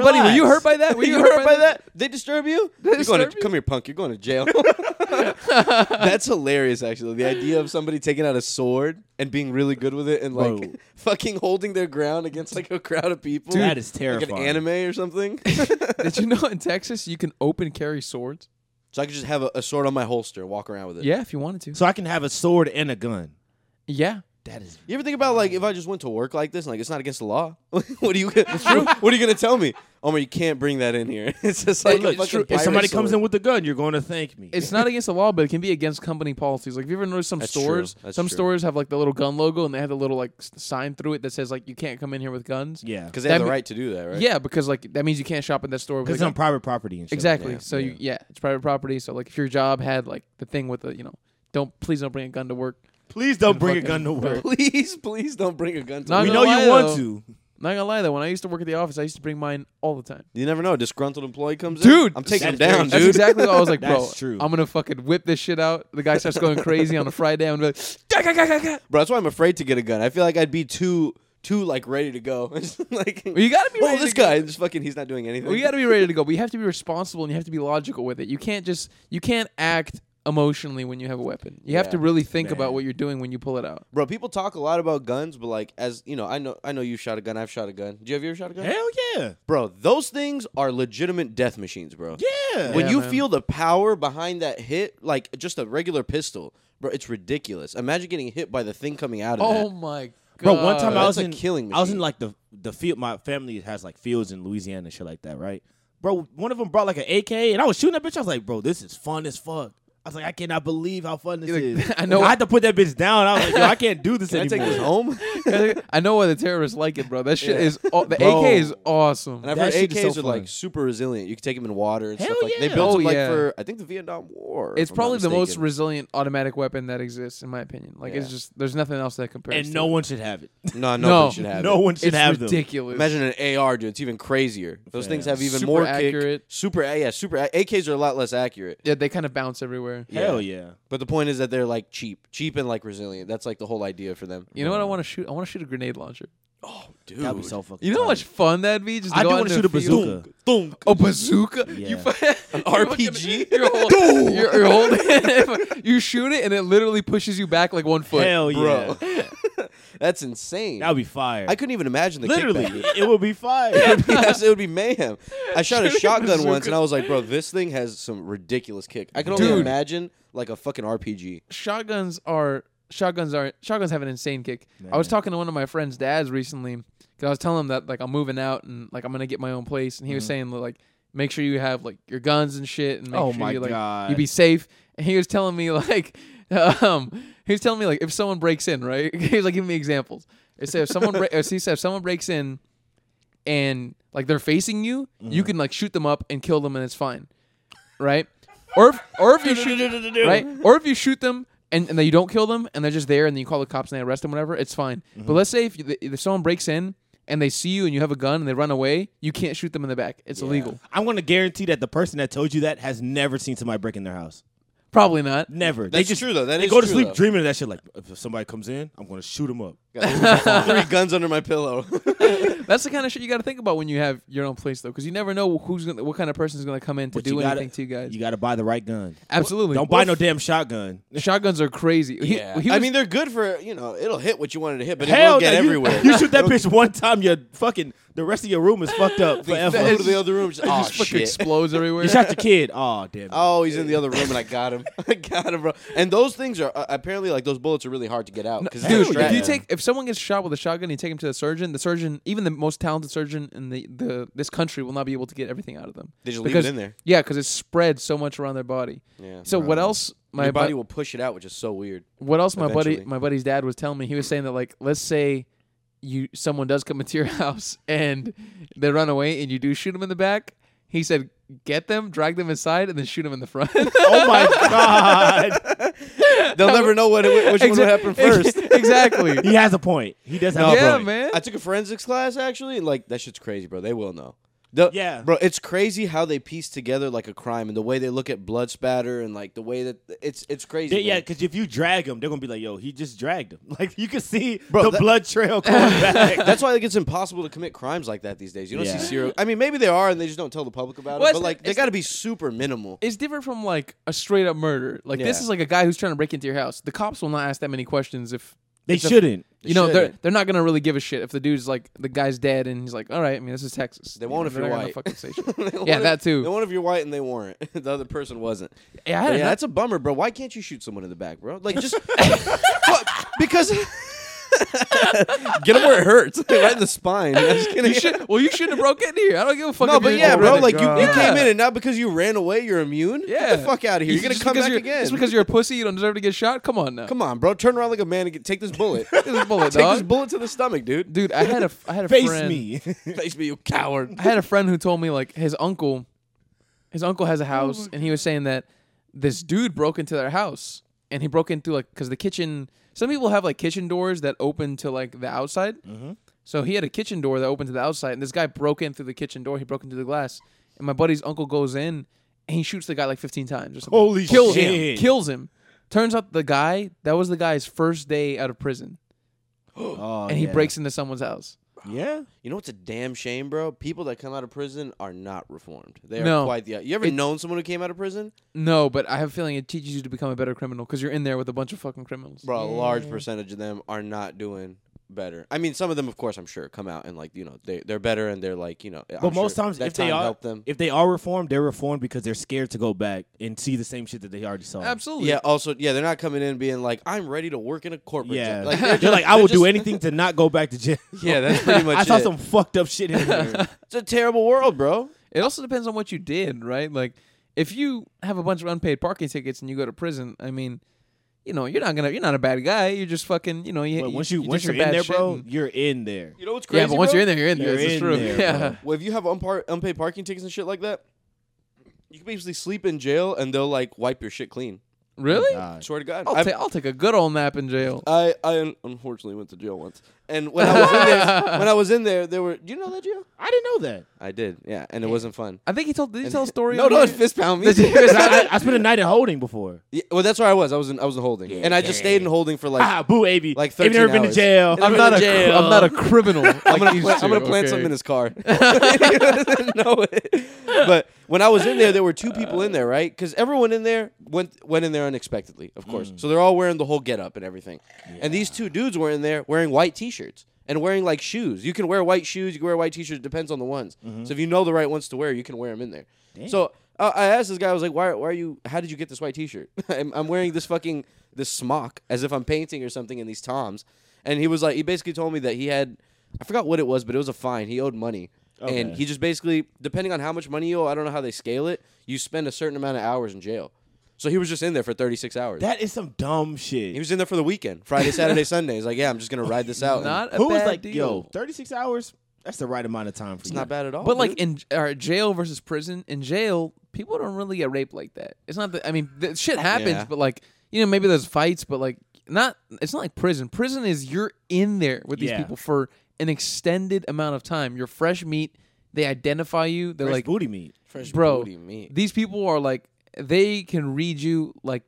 buddy. Were you hurt by that? Were
Were you hurt by that? They disturb you? You're going
disturb
to,
you?
come here, punk. You're going to jail. That's hilarious, actually. The idea of somebody taking out a sword and being really good with it and like
Bro.
fucking holding their ground against like a crowd of people.
Dude, that is
Like
terrifying.
an anime or something.
Did you know in Texas you can open carry swords?
so I could just have a, a sword on my holster, walk around with it.
Yeah, if you wanted to.
So I can have a sword and a gun.
Yeah.
That is.
You ever think about like if I just went to work like this, like it's not against the law. what are you? Gonna, What are you gonna tell me? Omar, you can't bring that in here. It's just like a
look, it's
fucking
true. If
If
pirate
somebody comes
sword.
in with a gun, you're going to thank me.
It's not against the law, but it can be against company policies. Like, have you ever noticed some
That's
stores?
true. That's
Some
true.
stores have like the little gun logo, and they have the little like s- sign through it that says like you can't come in here with guns.
yeah,
because they have
that
the
me-
right to do that, right?
Yeah, because like that means you can't shop in that store. with
because
a
it's on
gun.
private property and shit.
exactly.
yeah,
so you yeah, it's private property. So like if your job had like the thing with the you know don't please don't bring a gun to work.
Please don't bring a
fucking-
gun to work.
Please, please don't bring a gun to
Not
work.
We
gonna
know
lie,
you want
though.
to.
Not gonna lie though, when I used to work at the office, I used to bring mine all the time.
You never know. A disgruntled employee comes in.
Dude,
I'm taking him
that's very
down,
That's
dude.
exactly what I was like, bro.
That's true.
I'm gonna fucking whip this shit out. The guy starts going crazy on a Friday. I'm gonna be like, "Gah, gah, gah, gah, gah."
Bro, that's why I'm afraid to get a gun. I feel like I'd be too, too like ready to go. It's like,
Well, you gotta be
oh,
ready
this
to go.
guy, this fucking, he's not doing anything.
we got to be ready to go. But you have to be responsible and you have to be logical with it. You can't just you can't act emotionally when you have a weapon. You have to
Yeah,
really think
man.
about what you're doing when you pull it out.
bro, people talk a lot about guns, but like, as you know, I know, I know you shot a gun. I've shot a gun. Do you have you ever shot a gun?
Hell yeah,
Bro, those things are legitimate death machines, bro.
yeah.
When
Yeah,
you
man.
feel the power behind that hit, like just a regular pistol, bro, it's ridiculous. Imagine getting hit by the thing coming out of
Oh
that.
my god,
Bro, one time I
that's
was
a
in
killing
I was
machine.
in like the the field. My family has like fields in Louisiana and shit like that, right? Bro, one of them brought like an AK, and I was shooting that bitch. I was like, bro, this is fun as fuck. I was like, I cannot believe how fun this
You're like,
is.
I know-
I had to put that bitch down. I was like, yo, I can't do this
Can I
anymore.
take this home?
I know why the terrorists like it, bro. That shit
Yeah.
is aw- the
Bro.
AK is awesome.
And I've
That
heard
shit is so
AKs are
fun.
like super resilient. You can take them in water and stuff
Hell
like they
yeah.
built
Oh,
them like
yeah.
for I think the Vietnam War.
it's
if I'm not
probably the most
mistaken.
resilient automatic weapon that exists, in my opinion. Like it's
Yeah.
just there's nothing else that compares.
and
to
no
it.
one should have it.
no, no,
No.
one should have
no
it.
one should
it's
have them.
ridiculous.
Imagine an AR, dude. It's even crazier. Those things
Yeah.
have even
Super
more
accurate.
Kick. Super, yeah, super. AKs are a lot less accurate.
Yeah, they kind of bounce everywhere.
Hell yeah.
But the point is that they're like cheap, cheap and like resilient. That's like the whole idea for them.
You know what I want to shoot? I want to shoot a grenade launcher.
dude.
That'd be so fucking
You know how
tight.
much fun that'd be? Just to
I
go
do
out
want to
into
shoot a
the field?
bazooka.
Thunk.
A bazooka?
Yeah.
You fi- An
RPG?
You're, holding, you're, you're holding it. You shoot it and it literally pushes you back like one foot.
Hell
bro.
yeah.
That's insane.
That'd be fire.
I couldn't even imagine the
Literally,
kickback.
it would be fire.
yes, it would be mayhem. I shot a
Shooting
shotgun
bazooka.
once, and I was like, "Bro, this thing has some ridiculous kick." I can only
Dude.
imagine like a fucking RPG.
Shotguns are shotguns are shotguns have an insane kick. I was talking to one of my friend's dads recently because I was telling him that like I'm moving out and like I'm gonna get my own place, and he
Mm-hmm.
was saying like make sure you have like your guns and shit, and make
Oh
sure
my
you like
God.
you be safe. And he was telling me like um he was telling me like if someone breaks in, right? he was like giving me examples. He said if someone bre- he said if someone breaks in and like they're facing you, you
Mm.
can like shoot them up and kill them and it's fine. Right? Or if, or if you shoot right? Or if you shoot them and, and then you don't kill them and they're just there and then you call the cops and they arrest them whatever, it's fine. But
Mm-hmm.
let's say if, you, if someone breaks in and they see you and you have a gun and they run away, you can't shoot them in the back. It's illegal.
I'm going to guarantee that the person that told you that has never seen somebody break in their house.
Probably not.
Never. they
That's
just,
true, though. That
they
is
go to
true,
sleep
though.
dreaming of that shit. Like if somebody comes in, I'm gonna shoot him up.
Got three guns under my pillow.
That's the kind of shit you got to think about when you have your own place, though, because you never know who's gonna, what kind of person is going to come in to
But
do
you gotta-
anything to you guys.
You gotta buy the right gun.
Absolutely.
Don't buy no damn shotgun.
Shotguns are crazy. He-
yeah.
he
I
was-
mean, they're good for you know. It'll hit what you wanted to hit, but it
Hell,
will get
no, you-
everywhere.
You, shoot that bitch one time, your fucking the rest of your room is fucked up
Go
forever.
to the other room. Just,
it
"Aw,
just fucking
shit.
explodes everywhere.
oh, you shot your kid. Oh damn. It.
Oh, he's in the other room, and I got him. I got him, bro. And those things are uh, apparently like those bullets are really hard to get out. Cause they're
Dude, if
strapped.
you take if someone gets shot with a shotgun, you take him to the surgeon. The surgeon, even the most talented surgeon in the, the this country, will not be able to get everything out of them.
They just leave it
because,
in there.
Yeah, because it spreads so much around their body.
Yeah.
So what else? My
your body
bu-
will push it out, which is so weird.
what else? My buddy,
eventually.
my buddy's dad was telling me. He was saying that like, let's say you someone does come into your house and they run away, and you do shoot them in the back. He said, get them, drag them inside, and then shoot them in the front.
Oh my god.
They'll never know what which one would happen first.
exactly.
He has a point. He does have
No,
a
Yeah,
point.
man.
I took a forensics class actually, and like that shit's crazy, bro. They will know. The-
Yeah.
bro, it's crazy how they piece together like a crime and the way they look at blood spatter and like the way that it's it's crazy.
They- yeah,
man.
because if you drag him, they're gonna be like, "Yo, he just dragged him." Like you can see
Bro,
the
that-
blood trail coming back.
That's why like it's impossible to commit crimes like that these days. You don't
Yeah.
see serial. I mean, maybe they are, and they just don't tell the public about
Well,
it.
it's
But
the-
like, they
it's
got to be super minimal.
it's different from like a straight up murder. Like this
Yeah.
is like a guy who's trying to break into your house. The cops will not ask that many questions if
They
It's a-
shouldn't.
you know they're
shouldn't.
they're not gonna really give a shit if the dude's like the guy's dead and he's like, all right, I mean this is Texas.
They won't
You
if
know,
you're
they're not
white.
gonna fucking say
They
shit.
want
yeah,
if-
that too.
They want if you're white and they weren't. the other person wasn't.
yeah, I
But
had
Yeah,
ano-
that's a bummer, bro. Why can't you shoot someone in the back, bro? Like just Fuck, because get him where it hurts, right in the spine. I'm just kidding.
you should, well, you shouldn't have broke in here. I don't give a fuck.
no,
if
but
you're
yeah,
over
bro.
it.
Like you, you
Yeah.
came in and not because you ran away, you're immune.
Yeah.
Get the fuck out of here. You're gonna
Just
come
because
back
you're-
again.
Just because you're a pussy, you don't deserve to get shot. Come on now.
come on, bro. Turn around like a man and get, take this bullet.
Take this bullet,
take this
dog.
bullet to the stomach, dude.
Dude, I had a I had a
Face
friend.
me.
Face me, you coward.
I had a friend who told me like his uncle, his uncle has a house, and he was saying that this dude broke into their house, and he broke into like because the kitchen. Some people have like kitchen doors that open to like the outside.
Mm-hmm.
So he had a kitchen door that opened to the outside, and this guy broke in through the kitchen door. He broke into the glass, and my buddy's uncle goes in and he shoots the guy like fifteen times. Or something.
Holy
kills
shit.
Him, kills him. Turns out the guy that was the guy's first day out of prison,
Oh,
and he
yeah.
breaks into someone's house.
Yeah.
You know what's a damn shame, bro? People that come out of prison are not reformed. They are
No.
quite the. You ever
It's-
known someone who came out of prison?
No, but I have a feeling it teaches you to become a better criminal because you're in there with a bunch of fucking criminals.
bro, a large percentage of them are not doing better. I mean, some of them, of course, I'm sure, come out and like you know they they're better and they're like you know.
But most times, if they are
help them,
if they are reformed, they're reformed because they're scared to go back and see the same shit that they already saw.
Absolutely.
yeah. Also, yeah, they're not coming in being like, I'm ready to work in a corporate.
Yeah,
job."
like,
Like,
they're,
just-
like, I will do
just-
anything to not go back to jail.
Yeah, that's pretty much.
I saw
it.
some fucked up shit in here.
It's a terrible world, bro.
It also depends on what you did, right? Like, if you have a bunch of unpaid parking tickets and you go to prison, I mean, you know, you're not gonna, you're not a bad guy. You're just fucking, you know, you,
but once
you,
you,
you
once
did some
you're in
bad
there,
shit
bro,
and-
you're in there.
You know what's crazy?
yeah, but once
bro?
you're in there, you're in there.
You're
This is
in
true.
there,
yeah.
bro.
Well, if you have unpar- unpaid parking tickets and shit like that, you can basically sleep in jail and they'll like wipe your shit clean.
Really?
God.
Swear to God,
I'll,
I've-
ta- I'll take a good old nap in jail.
I, I un- unfortunately went to jail once, and when I was in there, when I was in there, there were. Do you know that jail?
I didn't know that.
I did, yeah, and it wasn't fun.
I think he told. Did he tell a story?
No,
on
don't
here?
fist pound me.
Did he fist-
I, I spent a night in holding before.
Yeah, well, that's where I was. I was in I was in holding, and I just stayed in holding for like.
Ah, boo, AB.
Like
Have
13
you never been to
hours.
jail?
I'm
I'm
not
in
a. cr-
jail.
I'm not a criminal. Like
I'm gonna,
these
pla- I'm
two,
gonna plant
okay.
something in his car. He doesn't know it. But when I was in there, there were two people in there, right? Because everyone in there went went in there unexpectedly, of course.
Mm.
So they're all wearing the whole getup and everything. And these two dudes were in there wearing white T-shirts and wearing like shoes. You can wear white shoes. You can wear white T-shirts. Depends on the ones.
Mm-hmm.
So if you know the right ones to wear, you can wear them in there. So uh, I asked this guy. I was like, "Why? Why are you? How did you get this white T-shirt? I'm, I'm wearing this fucking this smock as if I'm painting or something in these toms." And he was like, he basically told me that he had I forgot what it was, but it was a fine. He owed money. And
Okay.
he just basically, depending on how much money you owe, I don't know how they scale it, you spend a certain amount of hours in jail. So he was just in there for 36 hours.
That is some dumb shit.
he was in there for the weekend, Friday, Saturday, Sunday. He's like, yeah, I'm just going to ride this out. and
Not a
Who was
bad
like,
deal.
yo, 36 hours? That's the right amount of time for
it's
you.
not bad at all.
But like
dude.
in or jail versus prison, in jail, people don't really get raped like that. It's not that I mean, the shit happens,
Yeah.
but like you know, maybe there's fights, but like not. It's not like prison. Prison is you're in there with these
Yeah.
people for an extended amount of time. You're fresh meat. They identify you. They're
Fresh
like,
booty meat.
Fresh
bro,
booty meat.
these people are like they can read you like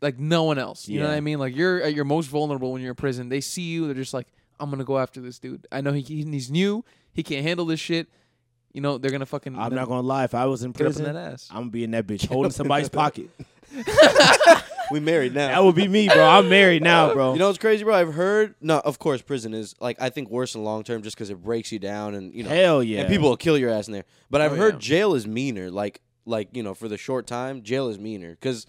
like no one else. You know what
Yeah.
I mean? Like you're at your most vulnerable when you're in prison. They see you. They're just like, I'm gonna go after this dude. I know he, he- he's new. He can't handle this shit. You know they're gonna fucking.
I'm not gonna lie. If I was in
Get up in
prison,
that ass.
I'm gonna be in that bitch holding somebody's pocket.
We married now.
That would be me, bro. I'm married now, bro.
You know what's crazy, bro? I've heard. No, of course, prison is like I think worse in long term, just because it breaks you down and you know,
Hell yeah.
and people will kill your ass in there. But I've
Oh,
heard
yeah.
jail is meaner. Like, like you know, for the short time, jail is meaner because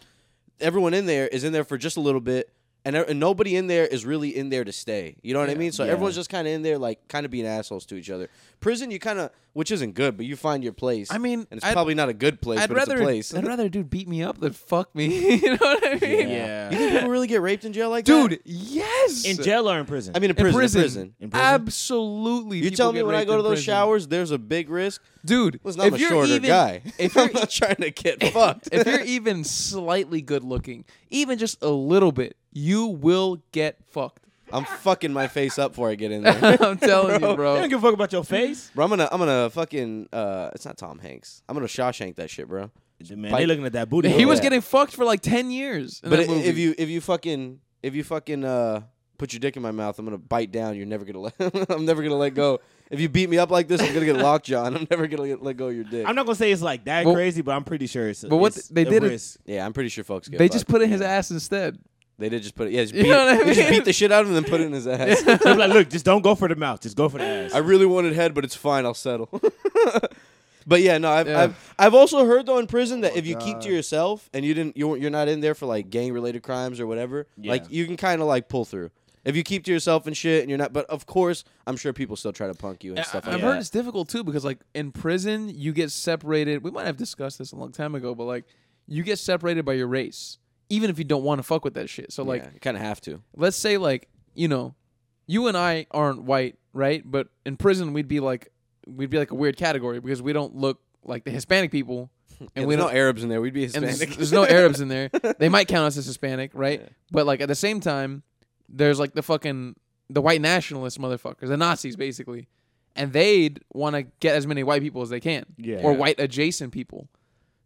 everyone in there is in there for just a little bit, and, e, and nobody in there is really in there to stay. You know what I mean? So
Yeah.
everyone's just kind of in there, like kind of being assholes to each other. Prison, you kind of, which isn't good, but you find your place.
I mean,
and it's
I'd-
probably not a good place,
I'd
but
rather
it's a place.
I'd rather dude beat me up than fuck me. you know what I mean?
Yeah.
you think people really get raped in jail like that,
Dude, yes.
in jail or in prison?
I mean, in prison. in prison.
In prison?
Absolutely.
You
people
tell me
get
when I
raped
go
in
to those
prison.
showers, there's a big risk.
dude.
Listen, I'm
if
a
you're
shorter
even,
guy.
If you're
I'm not trying to get fucked.
if you're even slightly good looking, even just a little bit, you will get fucked.
I'm fucking my face up before I get in there.
I'm telling you,
you
bro.
don't give a fuck about your face.
Bro, I'm gonna, I'm gonna fucking. Uh, it's not Tom Hanks. I'm gonna Shawshank that shit, bro.
Man,
Bite-
they looking at that booty.
He
hole.
was
Yeah.
getting fucked for like ten years. In
But
that
i-
movie.
if you, if you fucking, if you fucking uh, put your dick in my mouth, I'm gonna bite down. You're never gonna let. I'm never gonna let go. If you beat me up like this, I'm gonna get locked, John. I'm never gonna get, let go of your dick.
I'm not gonna say it's like that
Well-
crazy, but I'm pretty sure it's.
But what
it's
they
a
did it-
risk.
yeah, I'm pretty sure folks get.
they just
fucked.
put in his ass instead.
They did just put it. Yeah, just
You
beat,
know what I
they just
mean?
beat the shit out of him and put it in his ass.
They were like, look, just don't go for the mouth. Just go for the ass.
I really wanted head, but it's fine. I'll settle. but yeah, no, I've,
Yeah.
I've I've also heard though in prison that if you keep
Oh God.
to yourself and you didn't you weren't- you're not in there for like gang related crimes or whatever, like
Yeah.
you can kind of like pull through. If you keep to yourself and shit, and you're not, but of course, I'm sure people still try to punk you and stuff like
I've
that.
heard it's difficult too because like in prison you get separated. We might have discussed this a long time ago, but like you get separated by your race, even if you don't want to fuck with that shit. So like
like, you kind of have to.
let's say like you know you and i aren't white right but in prison we'd be like we'd be like a weird category because we don't look like the hispanic people and
And
we
we
don't
know Arabs in there. We'd be
and there's,
Hispanic.
there's no arabs in there they might count us as hispanic right but like at the same time there's like the fucking the white nationalist motherfuckers the nazis basically and they'd want to get as many white people as they can
Yeah.
or white adjacent people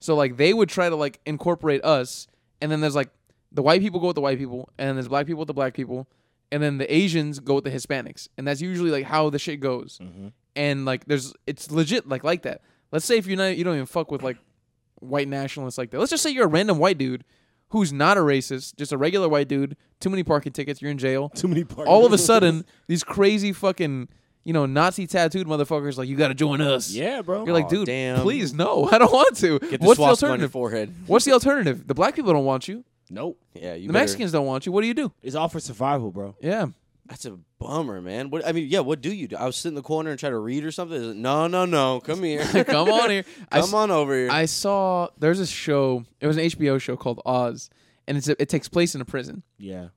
so like they would try to like incorporate us, and then there's like the white people go with the white people, and there's black people with the black people, and then the Asians go with the Hispanics, and that's usually like how the shit goes. And like there's it's legit like like that. Let's say if you're not you don't even fuck with like white nationalists like that. Let's just say you're a random white dude who's not a racist, just a regular white dude. Too many parking tickets, you're in jail.
Too many parts.
All of a sudden, these crazy fucking you know Nazi tattooed motherfuckers like you got to join us.
Yeah, bro.
You're like,
Aw,
dude,
damn.
please no, I don't want to.
Get the
What's the
swastika on your
alternative?
forehead.
What's the alternative? The black people don't want you.
nope.
Yeah, you
The
better-
Mexicans don't want you. What do you do?
It's all for survival, bro.
Yeah.
That's a bummer, man. What I mean, yeah. What do you do? I was sitting in the corner and try to read or something. It's like, no, no, no. Come here.
Come on here. I,
Come
s-
on over here.
I saw there's a show. It was an HBO show called Oz, and it's a, it takes place in a prison.
Yeah.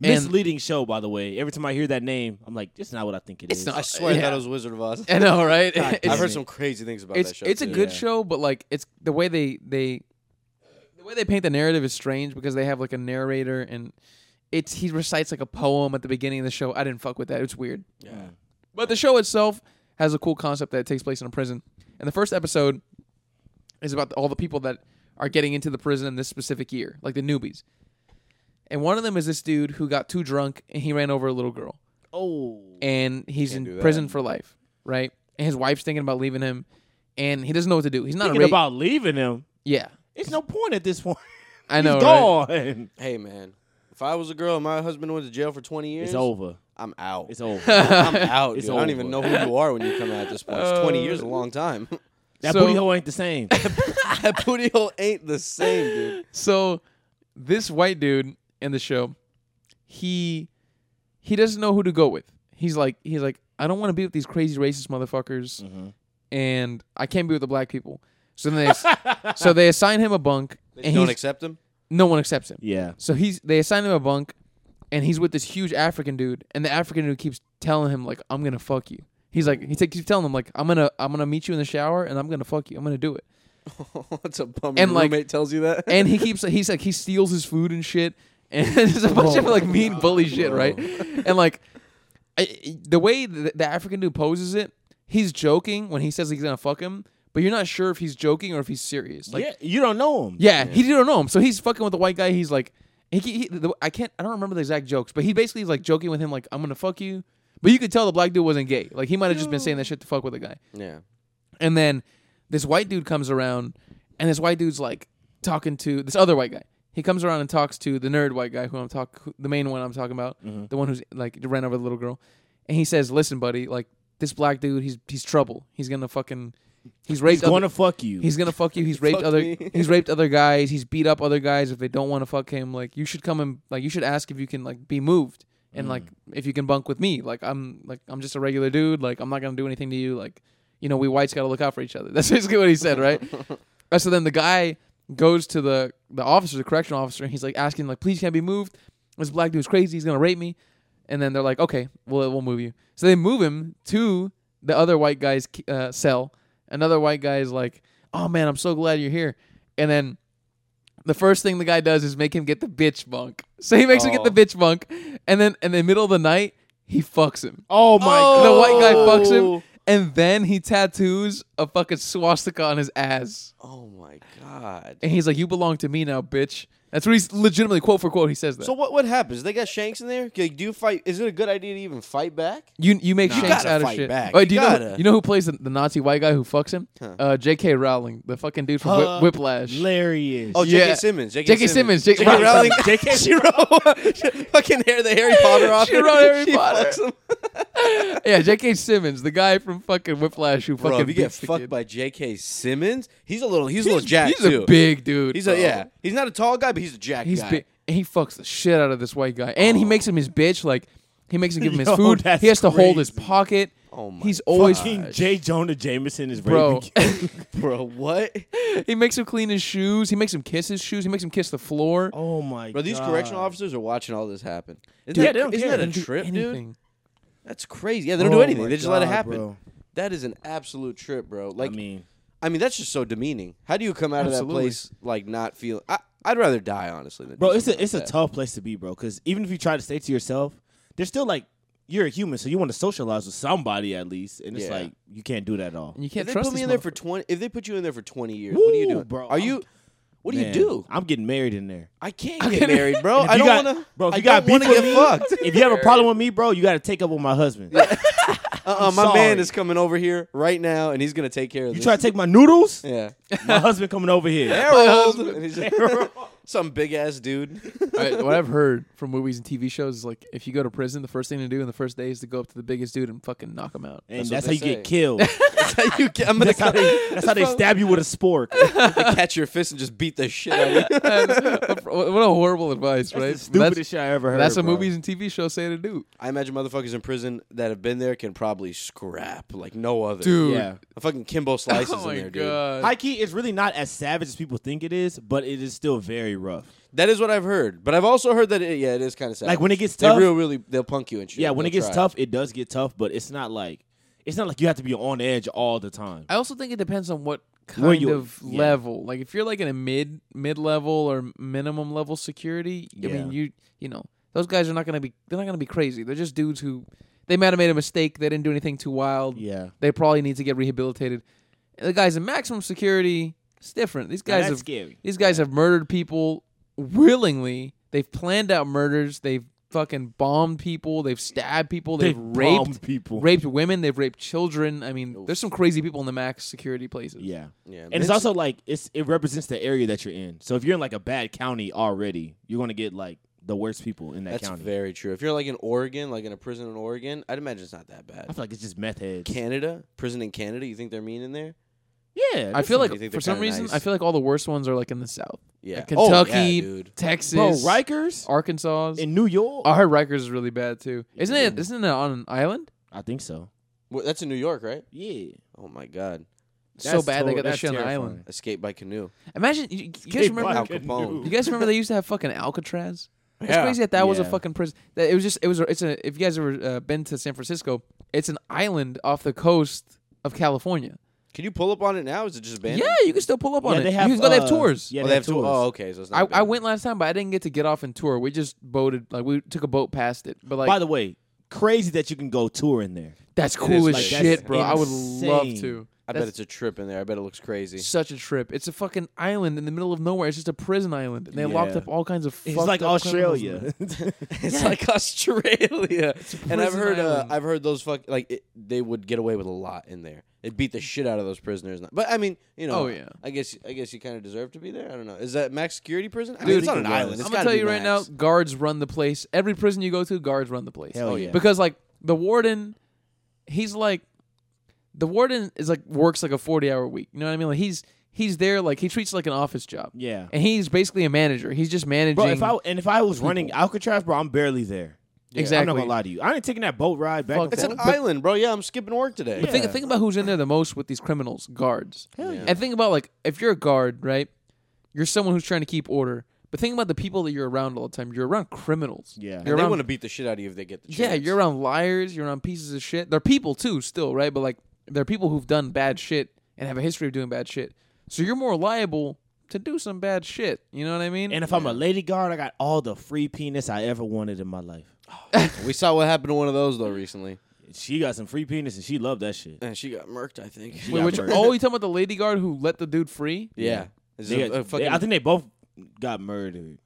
Misleading show, by the way. Every time I hear that name, I'm like, it's not what I think it
It's
is.
not-
I swear
yeah.
that was Wizard of Oz.
I know, right?
God
It's-
I've heard
it.
some crazy things about
it's
that show.
it's a
too.
good
Yeah.
show, but like it's the way they they the way they paint the narrative is strange because they have like a narrator and it's he recites like a poem at the beginning of the show. I didn't fuck with that. It's weird.
Yeah.
But the show itself has a cool concept that takes place in a prison. And the first episode is about all the people that are getting into the prison in this specific year, like the newbies. And one of them is this dude who got too drunk and he ran over a little girl.
Oh.
And he's
Can't do
in
that.
prison for life, right? And his wife's thinking about leaving him and he doesn't know what to do. He's not
Thinking
a ra-
about leaving him.
Yeah.
It's no point at this point.
I know.
He's
right?
gone.
Hey man, if I was a girl and my husband went to jail for twenty years,
It's over.
I'm out.
It's over.
I'm out.
It's
dude. I don't even know
over.
who you are when you come out at this point. It's twenty years, is a long time.
That
So-
booty hole ain't the same.
that booty hole ain't the same, dude.
So this white dude in the show, he he doesn't know who to go with. He's like he's like I don't want to be with these crazy racist motherfuckers,
Mm-hmm.
and I can't be with the black people. So then they so they assign him a bunk,
They
and
don't
he's,
accept him.
no one accepts him.
yeah.
So he's they assign him a bunk, and he's with this huge African dude, and the African dude keeps telling him like I'm gonna fuck you. He's like he t- keeps telling him like I'm gonna I'm gonna meet you in the shower and I'm gonna fuck you. I'm gonna do it.
That's a bummer.
And,
And
like-
roommate tells you that.
and he keeps he's like he steals his food and shit and it's a bunch of like mean bully shit right and like I, the way the, the african dude poses it he's joking when he says he's gonna fuck him but you're not sure if he's joking or if he's serious. Like,
yeah, you don't know him.
yeah, he didn't know him, so he's fucking with the white guy. He's like, he, he, the, I can't, I don't remember the exact jokes, but he basically is like joking with him, like I'm gonna fuck you. But you could tell the black dude wasn't gay. Like he might have just been saying that shit to fuck with the guy.
Yeah.
And then this white dude comes around, and this white dude's like talking to this other white guy. He comes around and talks to the nerd white guy who I'm talk, who- the main one I'm talking about, the one who's like ran over the little girl. And he says, "Listen, buddy, like this black dude, he's he's trouble. He's gonna fucking, he's
He's
raped. other-
going to fuck you.
he's gonna fuck you. He's raped
Fuck
other.
me.
He's raped other guys. He's beat up other guys if they don't want to fuck him. Like you should come and like you should ask if you can like be moved and like if you can bunk with me. Like I'm like I'm just a regular dude. Like I'm not gonna do anything to you. Like you know we whites gotta look out for each other. That's basically what he said, right? Uh, so then the guy goes to the the officer, the correctional officer, and he's like asking like please can't be moved. This black dude's crazy. He's gonna rape me. And then they're like, okay, well, we'll move you. So they move him to the other white guy's uh, cell. Another white guy is like, oh man, I'm so glad you're here. And then the first thing the guy does is make him get the bitch bunk. So he makes him get
Oh.
the bitch bunk. And then in the middle of the night, he fucks him.
oh my
Oh.
The white guy fucks
Oh.
him. And then he tattoos a fucking swastika on his ass.
Oh my god.
And he's like, you belong to me now, bitch. That's what he's legitimately, quote for quote, he says that.
So what what happens? They got shanks in there. Like, do you fight? Is it a good idea to even fight back?
You you make
Nah. You
shanks
gotta
out of
fight
shit.
back.
Wait, do you,
You
know who,
gotta.
you know who plays the, the Nazi white guy who fucks him?
Huh.
Uh, J.K. Rowling, the fucking dude from
Huh.
Whip, Whiplash.
Hilarious.
Oh, J.K.
Yeah.
Simmons. J.K.
J.K. Simmons. J.K.
J.K. Rowling.
J.K.
she wrote she fucking hair the Harry Potter off.
She wrote Harry
She
Potter.
fucks him.
yeah, J.K. Simmons, the guy from fucking Whiplash who
Bro,
fucking
if you get
beats the
fucked
kid.
by J.K. Simmons, he's a little he's, a
he's,
little jack
he's
too.
a big dude.
he's
bro.
a yeah. He's not a tall guy, but he's a jack
He's
guy.
big. And he fucks the shit out of this white guy, and
Oh.
he makes him his bitch. Like he makes him give him his
Yo,
food.
that's
He has to hold his
crazy.
pocket.
Oh my
He's always
Fucking J. Jonah Jameson is
Bro.
raping
Bro, what?
he makes him clean his shoes. He makes him kiss his shoes. He makes him kiss the floor.
Oh my
Bro, these correctional officers are watching all this happen. Isn't
Dude,
that,
they don't
isn't
care.
that
They
a
don't do
trip, dude?
anything.
That's crazy. Yeah, they don't do
Oh
anything.
my
They just let it
God,
happen.
bro.
That is an absolute trip, bro.
I
Like
mean,
I mean, that's just so demeaning. How do you come out of that
Absolutely.
place like not feeling? I, I'd rather die honestly. Than do
bro, it's
something
a it's
like
a
that.
tough place to be, bro. Because even if you try to stay to yourself, there's still like you're a human, so you want to socialize with somebody at least, and it's
Yeah.
like you can't do that at all.
And you
If
can't
they
trust
put me
this
in there for
motherfucker.
twenty, if they put you in there for twenty years, what are you
Woo,
doing,
bro,
Are
I'm-
you? What do
Man,
you do?
I'm getting married in there.
I can't get married, bro.
And if
I
you got-
don't want to.
bro. If
I
you got
don't want
beef
to
with
get
me,
fucked.
if you have a problem with me, bro, you got to take up with my husband. you
Uh-uh,
I'm
my man
sorry.
is coming over here right now, and he's gonna take care of this.
try to take my noodles?
yeah.
My husband coming over here.
Harold, And he's just- some big ass dude.
I, what I've heard from movies and TV shows is like if you go to prison, the first thing to do in the first day is to go up to the biggest dude and fucking knock him out.
And that's,
That's what
how you
they
get
say.
killed. That's
That's how you get. I'm gonna
how they, that's how they stab you with a spork.
catch your fist and just beat the shit out of you.
what a horrible advice, right?
That's the
That's-
stupidest shit I ever heard.
That's what
bro.
movies and TV shows say to do,
I imagine motherfuckers in prison that have been there can probably scrap like no other.
dude.
Yeah.
A fucking Kimbo Slices
Oh my
in there, dude.
god.
High key is really not as savage as people think it is, but it is still very rough.
That is what I've heard, but I've also heard that it, yeah, it is kind of sad.
Like when it gets
they
tough.
real really they'll punk you and shit.
yeah, when it
They'll
gets
try.
tough, it does get tough, but it's not like it's not like you have to be on edge all the time.
I also think it depends on what
Where
kind
you-
of
yeah.
level. Like if you're like in a mid mid level or minimum level security, I mean
Yeah.
you you know those guys are not gonna be they're not gonna be crazy. They're just dudes who they might have made a mistake. They didn't do anything too wild.
Yeah.
They probably need to get rehabilitated. The guys in maximum security, it's different. These
Now,
guys
that's
have
scary.
these guys have murdered people willingly. They've planned out murders. They've fucking bombed people. They've stabbed people. They've, raped
bombed people.
raped women. They've raped children. I mean, there's some crazy people in the max security places.
Yeah.
Yeah,
And it's also like it's it represents the area that you're in. So if you're in like a bad county already, you're gonna get like the worst people in that
that's
county.
very true. If you're like in Oregon, like in a prison in Oregon, I'd imagine it's not that
I
bad.
feel like it's just meth heads.
Canada, prison in Canada, you think they're mean in there?
yeah,
I feel
some-
like
you think
for
they're
some
kinda
reason
nice.
I feel like all the worst ones are like in the south,
Yeah,
Like
Oh,
Kentucky,
yeah, dude.
Texas,
bro. Rikers
Arkansas.
in New York.
I heard Rikers is really bad too. Isn't it?
Yeah.
Isn't it on an island?
I think so.
Well, that's in New York, right?
Yeah,
Oh my god,
so
That's
bad they got
tot-
that
that's
shit on an
terrifying.
island.
escape by canoe.
Imagine you, you guys remember
by
how-
Al Capone.
You guys remember they used to have fucking Alcatraz? It's
Yeah.
crazy that that was a
Yeah.
fucking prison. That it was just it was a, it's a if you guys ever uh, been to San Francisco, it's an island off the coast of California.
Can you pull up on it now? Is it just abandoned?
Yeah, you can still pull up on
yeah,
it.
they have.
you can go, they have
uh,
tours.
Yeah,
oh, they have tours. Oh, okay. So it's
I,
not
I
abandoned.
went last time, but I didn't get to get off and tour. We just boated, like we took a boat past it. But like
By the way, crazy that you can go tour in there.
that's
is
cool as
like-
shit,
that's
bro. I would love
insane.
to.
I I bet it's a trip in there. I bet it looks crazy.
such a trip. It's a fucking island in the middle of nowhere. It's just a prison island, and they locked
Yeah.
up all kinds of.
It's
fucked
like
up criminals in
Australia.
there.
It's like Australia. And I've
prison
heard uh,
island.
I've heard those fuck like it, they would get away with a lot in there. It beat the shit out of those prisoners. But I mean, you know,
Oh, yeah.
I guess I guess you kind of deserve to be there. I don't know. Is that max security prison? I mean,
Dude,
it's not an
it was.
island. It's
I'm gonna
gotta
tell
be
you right now,
max.
guards run the place. Every prison you go to, guards run the place.
Hell yeah.
Because like the warden, he's like, the warden is like works like a forty hour week. You know what I mean? Like he's he's there like he treats it like an office job.
Yeah.
And he's basically a manager. He's just managing.
Bro, if I and if I was running Alcatraz, bro, I'm barely there. I'm
exactly.
not gonna lie to you. I ain't taking that boat ride back.
Fuck
and
that.
It's
forth.
an island, bro. Yeah, I'm skipping work today.
Yeah.
Think, think about who's in there the most with these criminals, guards.
Hell yeah.
And think about like if you're a guard, right? You're someone who's trying to keep order. But think about the people that you're around all the time. You're around criminals.
Yeah.
You're
And they
around
want to beat the shit out of you if they get the chance.
Yeah, you're around liars, you're around pieces of shit. They're people too, still, right? But like they're people who've done bad shit and have a history of doing bad shit. So you're more liable to do some bad shit. You know what I mean?
And if I'm a lady guard, I got all the free penis I ever wanted in my life.
We saw what happened to one of those though recently,
She got some free penis and she loved that shit.
and she got murked. I think.
She
Wait,
got
which,
murked.
oh, you talking about the lady guard who let the dude free?
yeah. Is
They
it
got-
a fucking-
they- I think they both got murdered.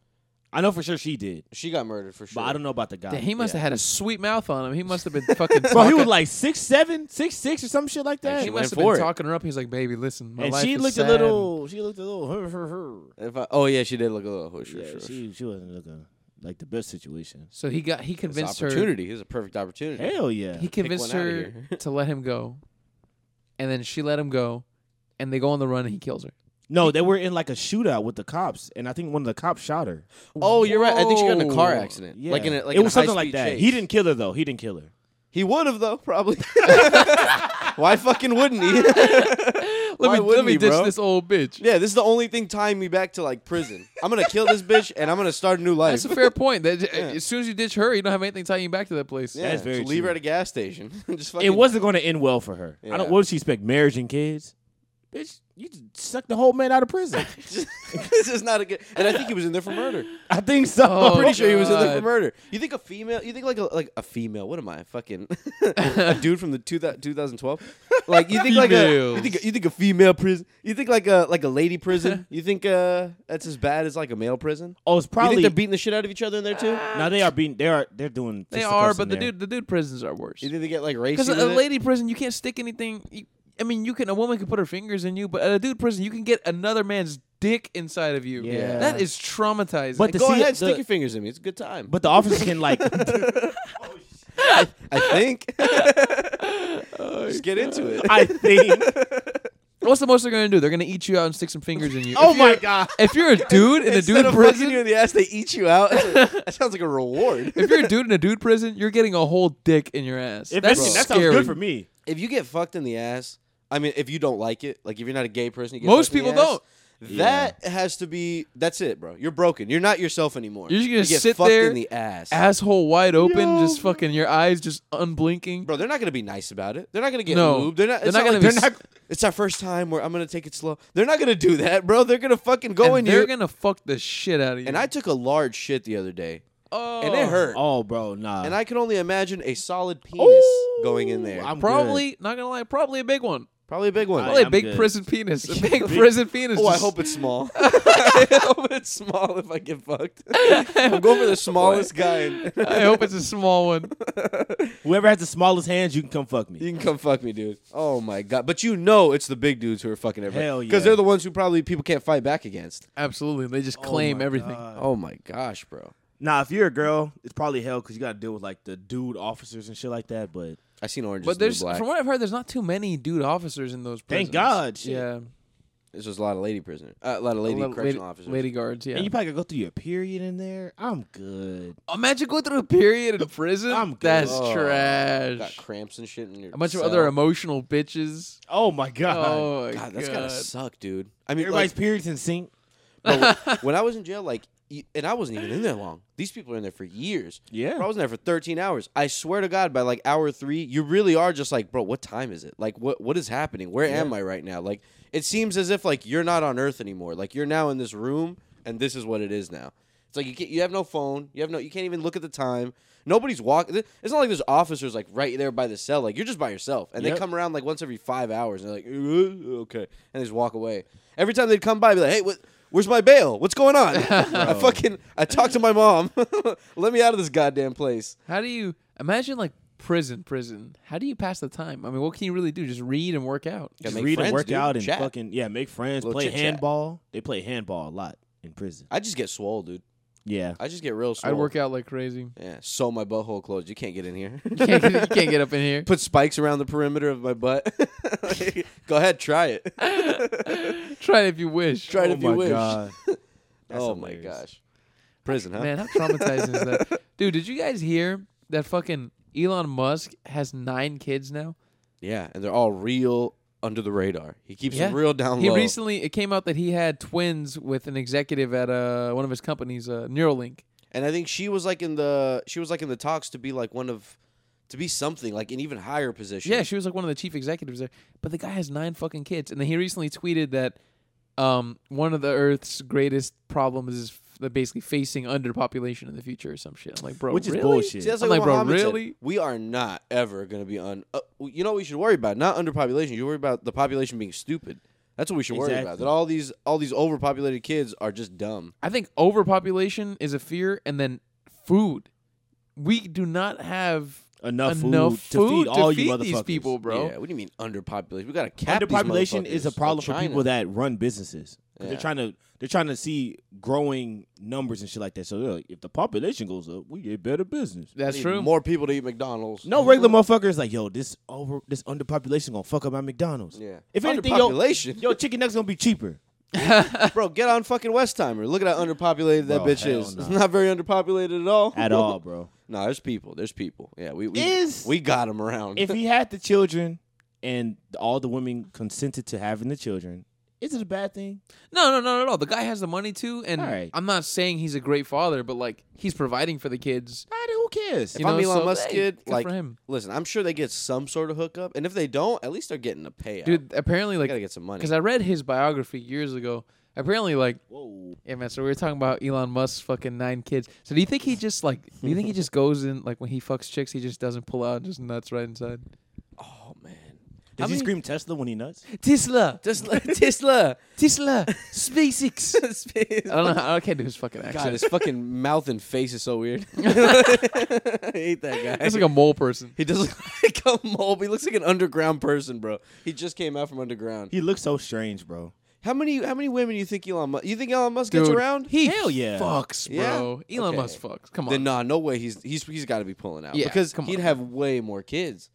I know for sure she did,
she got murdered for sure.
but I don't know about the guy.
Damn, he must
Uh, Yeah.
have had a sweet mouth on him. He must have been fucking.
Bro, he
talking-
was like six seven, six six, or some shit like that.
he
went
must have
for
been
it.
talking her up. He's like, "Baby, listen." My
and
life
she
is
looked
sad.
a little. She looked a little. Her, her, her.
If I, oh yeah, she did look a little. Sure,
Yeah,
sure.
she she wasn't looking like the best situation.
So he got he
It's an
convinced her
opportunity. It was a perfect opportunity.
Hell yeah.
he convinced
one outta
her
here.
to let him go, and then she let him go, and they go on the run and he kills her.
No, they were in like a shootout with the cops, and I think one of the cops shot her.
Oh, you're right. I think she got in a car
Whoa.
accident.
Yeah,
Like in a, like
it
in
was
a
something like
high-speed
that.
chase.
He didn't kill her though. He didn't kill her.
He would have though, probably. Why fucking wouldn't he?
Let
Why
me let
wouldn't
me
he,
ditch
bro?
this old bitch.
yeah, this is the only thing tying me back to like prison. I'm gonna kill this bitch and I'm gonna start a new life.
That's a fair point. That as soon as you ditch her, you don't have anything tying you back to that place.
yeah,
That's very
just leave her
true.
at a gas station. just fucking,
It wasn't going to end well for her. I
Yeah.
don't. What did she expect? Marriage and kids? Bitch, you just sucked the whole man out of prison.
this is not a good. And I think he was in there for murder.
I think so.
Oh,
Pretty sure he was in there for
God.
murder. You think a female? You think like a, like a female? What am I? Fucking a dude from the two, 2012? Like you think like a you
Females.
think you think a female prison? You think like a like a lady prison? You think uh that's as bad as like a male prison?
Oh, it's
You
probably. Uh,
think they're beating the shit out of each other in there too?
no, they are being. They are. They're doing.
They
fisticuffs
are,
in
but the
there.
dude the dude prisons are worse.
You think they get like racy?
Because
With
a
it?
lady prison, you can't stick anything. You, I mean, you can a woman can put her fingers in you, but at a dude prison, you can get another man's dick inside of you.
Yeah.
that is traumatizing.
But the-
Go
See,
ahead, stick
the-
your fingers in me. It's a good time.
But the officer can like.
I think just get into it.
I think.
what's the most they're gonna do? They're gonna eat you out and stick some fingers in you.
Oh
If
my
you're-
god.
If you're a dude in a
Instead
dude
of fucking you
prison,
in the ass, they eat you out. That's a- that sounds like a reward.
if you're a dude in a dude prison, you're getting a whole dick in your ass.
If
That's
anything, that sounds
scary.
good for me.
if you get fucked in the ass, I mean, if you don't like it, like if you're not a gay person, you get
Most
fucked in the
people
ass,
don't.
That has to be. That's it, bro. You're broken. You're not yourself anymore.
You're just gonna
you get
sit
fucked
there
in the ass.
Asshole wide open,
Yo,
just fucking your eyes just unblinking.
Bro, they're not gonna be nice about it. They're not gonna get
No.
lubed. They're not.
They're
It's
not
not,
gonna
gonna
be
like they're
s-
not. It's our first time where I'm gonna take it slow. They're not gonna do that, bro. They're gonna fucking go
and
in
they're
here.
gonna fuck the shit out of you.
and I took a large shit the other day,
oh,
and it hurt.
Oh, bro, nah.
And I can only imagine a solid penis going in there.
I'm
Probably not gonna lie, probably a big one.
Probably a big one.
Probably
I'm
a big
good.
prison penis. A big prison penis.
oh, I
just-
hope it's small. I hope it's small if I get fucked. I'm going for the smallest guy. and-
I hope it's a small one.
Good. Whoever has the smallest hands, you can come fuck me.
You can come fuck me, dude. Oh my god! But you know it's the big dudes who are fucking everybody.
Hell yeah.
Because they're the ones who probably people can't fight back against.
Absolutely. They just
Oh
claim
my
everything.
God.
Oh my gosh, bro!
Nah, if you're a girl, it's probably hell because you got to deal with like the dude officers and shit like that. But
I seen oranges.
But there's,
black.
from what I've heard, there's not too many dude officers in those prisons.
Thank God, shit.
Yeah.
there's just a lot of lady prisoners, uh, a lot of lady
Lady,
correctional
lady,
officers.
lady guards, yeah. Oh,
and you probably got to go through your period in there. I'm good.
Imagine going through a period in prison.
I'm good.
That's
Oh, got
trash.
cramps and shit in your.
A bunch of
cell.
other emotional bitches.
Oh my god.
Oh, my
God, that's gotta suck, dude. I mean,
Everybody's
like,
periods in sync.
But when I was in jail, like, y- and I wasn't even in there long. These people are in there for years.
Yeah.
Bro, I was in there for 13 hours. I swear to God, by like hour three, you really are just like, bro, what time is it? Like, what what is happening? Where am I right now? Like, it seems as if like you're not on Earth anymore. Like, you're now in this room, and this is what it is now. It's It's like you can't, you have no phone. You have no. You can't even look at the time. Nobody's walking. It's not like there's officers like right there by the cell. Like you're just by yourself, and
Yep.
they come around like once every five hours, and they're like, "Uh, okay, and they just walk away. Every time they'd come by, I'd be like, hey, what? Where's my bail? What's going on? I fucking I talked to my mom. Let me out of this goddamn place.
How do you imagine like prison, prison? How do you pass the time? I mean, what can you really do? Just read and work out.
Gotta
Just
make
read and
friends,
work
dude.
out and
Chat.
fucking yeah, make friends.
Little
play
chit-chat.
handball. They play handball a lot in prison.
I just get swole, dude.
Yeah,
I just get real swole.
I'd work out like crazy.
Yeah, sew my butthole closed. You can't get in here.
You can't, you can't get up in here.
Put spikes around the perimeter of my butt. Go ahead, try it.
Try it if you wish.
Try it if you wish.
Oh That's
oh
hilarious.
my gosh. Prison, huh?
Man, how traumatizing is that? Dude, did you guys hear that fucking Elon Musk has nine kids now?
Yeah, and they're all real under the radar. He keeps
Yeah.
them real down
He
low.
recently it came out that he had twins with an executive at uh one of his companies, uh, Neuralink.
and I think she was like in the she was like in the talks to be like one of to be something like an even higher position.
Yeah, she was like one of the chief executives there. But the guy has nine fucking kids, and then he recently tweeted that um one of the Earth's greatest problems is f- the basically facing underpopulation in the future or some shit. I'm like, bro,
Which is
really?
bullshit.
See, that's
I'm
like,
like, bro,
Muhammad said,
really?
we are not ever going to be on. Uh, you know, what we should worry about not underpopulation. You worry about the population being stupid. That's what we should worry about.
Exactly.
That all these all these overpopulated kids are just dumb.
I think overpopulation is a fear, and then food. We do not have
Enough,
enough
food, to feed all you motherfuckers.
these people, bro.
Yeah, what do you mean underpopulation? We got to cap these
Underpopulation
motherfuckers,
is a
like
problem for
China.
people that run businesses. 'Cause
Yeah.
They're trying to they're trying to see growing numbers and shit like that. So they're like, if the population goes up, we get better business.
That's
Need
true.
More people to eat McDonald's.
No regular motherfucker is like, yo, this over this underpopulation gonna fuck up my McDonald's.
Yeah.
If anything, yo,
underpopulation.
yo, chicken nuggets gonna be cheaper.
bro, get on fucking Westheimer. Look at how underpopulated that
Bro,
bitch
hell
is.
nah.
It's not very underpopulated at all.
At all, bro.
no, there's people. There's people. Yeah, we we,
Is-
we got them around.
if he had the children and all the women consented to having the children, is it a bad thing?
No, no, no, no, no. The guy has the money too, and
All right.
I'm not saying he's a great father, but like he's providing for the kids.
I who cares?
You
if I'm
know,
Elon
so,
Musk,
hey,
kid,
good for
like,
him.
listen, I'm sure they get some sort of hookup, and if they don't, at least they're getting a payout.
Dude, apparently,
they gotta
like,
get some money.
because I read his biography years ago. Apparently, like,
Whoa.
yeah, man. So we were talking about Elon Musk's fucking nine kids. So do you think he just like? Do you think he just goes in like when he fucks chicks, he just doesn't pull out, and just nuts right inside?
Oh man,
Did
I
he
mean-
scream Tesla when he nuts?
Tesla,
Tesla, Tesla,
Tesla, SpaceX. I
God,
don't know. how- I can't do his fucking accent.
his fucking mouth and face is so weird. I hate that guy.
That's like a mole person.
he does look like a mole. He looks like an underground person, bro. He just came out from underground.
He looks so strange, bro.
How many how many women you think Elon Musk? You think Elon Musk
Dude,
gets around?
He
Hell yeah.
fucks, bro.
Yeah?
Elon
Okay.
Musk fucks. Come on.
then nah, no way. He's he's he's got to be pulling out
Yeah,
because
come
he'd
on.
have way more kids.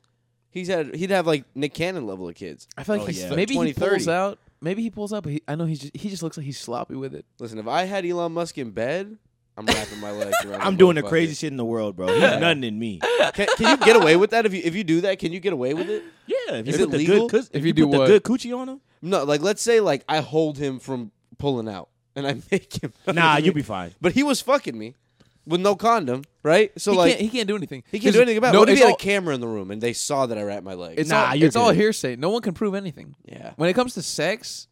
He's had he'd have like Nick Cannon level of kids.
I feel like
Oh,
he's
yeah.
maybe
20,
he pulls
30.
out. Maybe he pulls out, but he, I know he's just, he just looks like he's sloppy with it.
Listen, if I had Elon Musk in bed, I'm wrapping my legs. around
I'm
that
doing the
motherfucker.
crazy shit in the world, bro. He's nothing in me.
Can, can you get away with that? If you if you do that, can you get away with it?
Yeah, if you
Is
put
it
the
legal?
good, cous-
If
if
you
you
do
put the
what?
good coochie on him,
No, like let's say like I hold him from pulling out, and I make him.
nah, you'll be fine.
But he was fucking me with no condom, right? So
He,
like.
can't, he can't do anything.
He can't do
There's-
anything about it.
no,
What if
it's
he had
all-
a camera in the room and they saw that I wrapped my legs?
It's,
Nah,
all,
you're
it's all
good.
hearsay. No one can prove anything.
yeah.
When it comes to sex,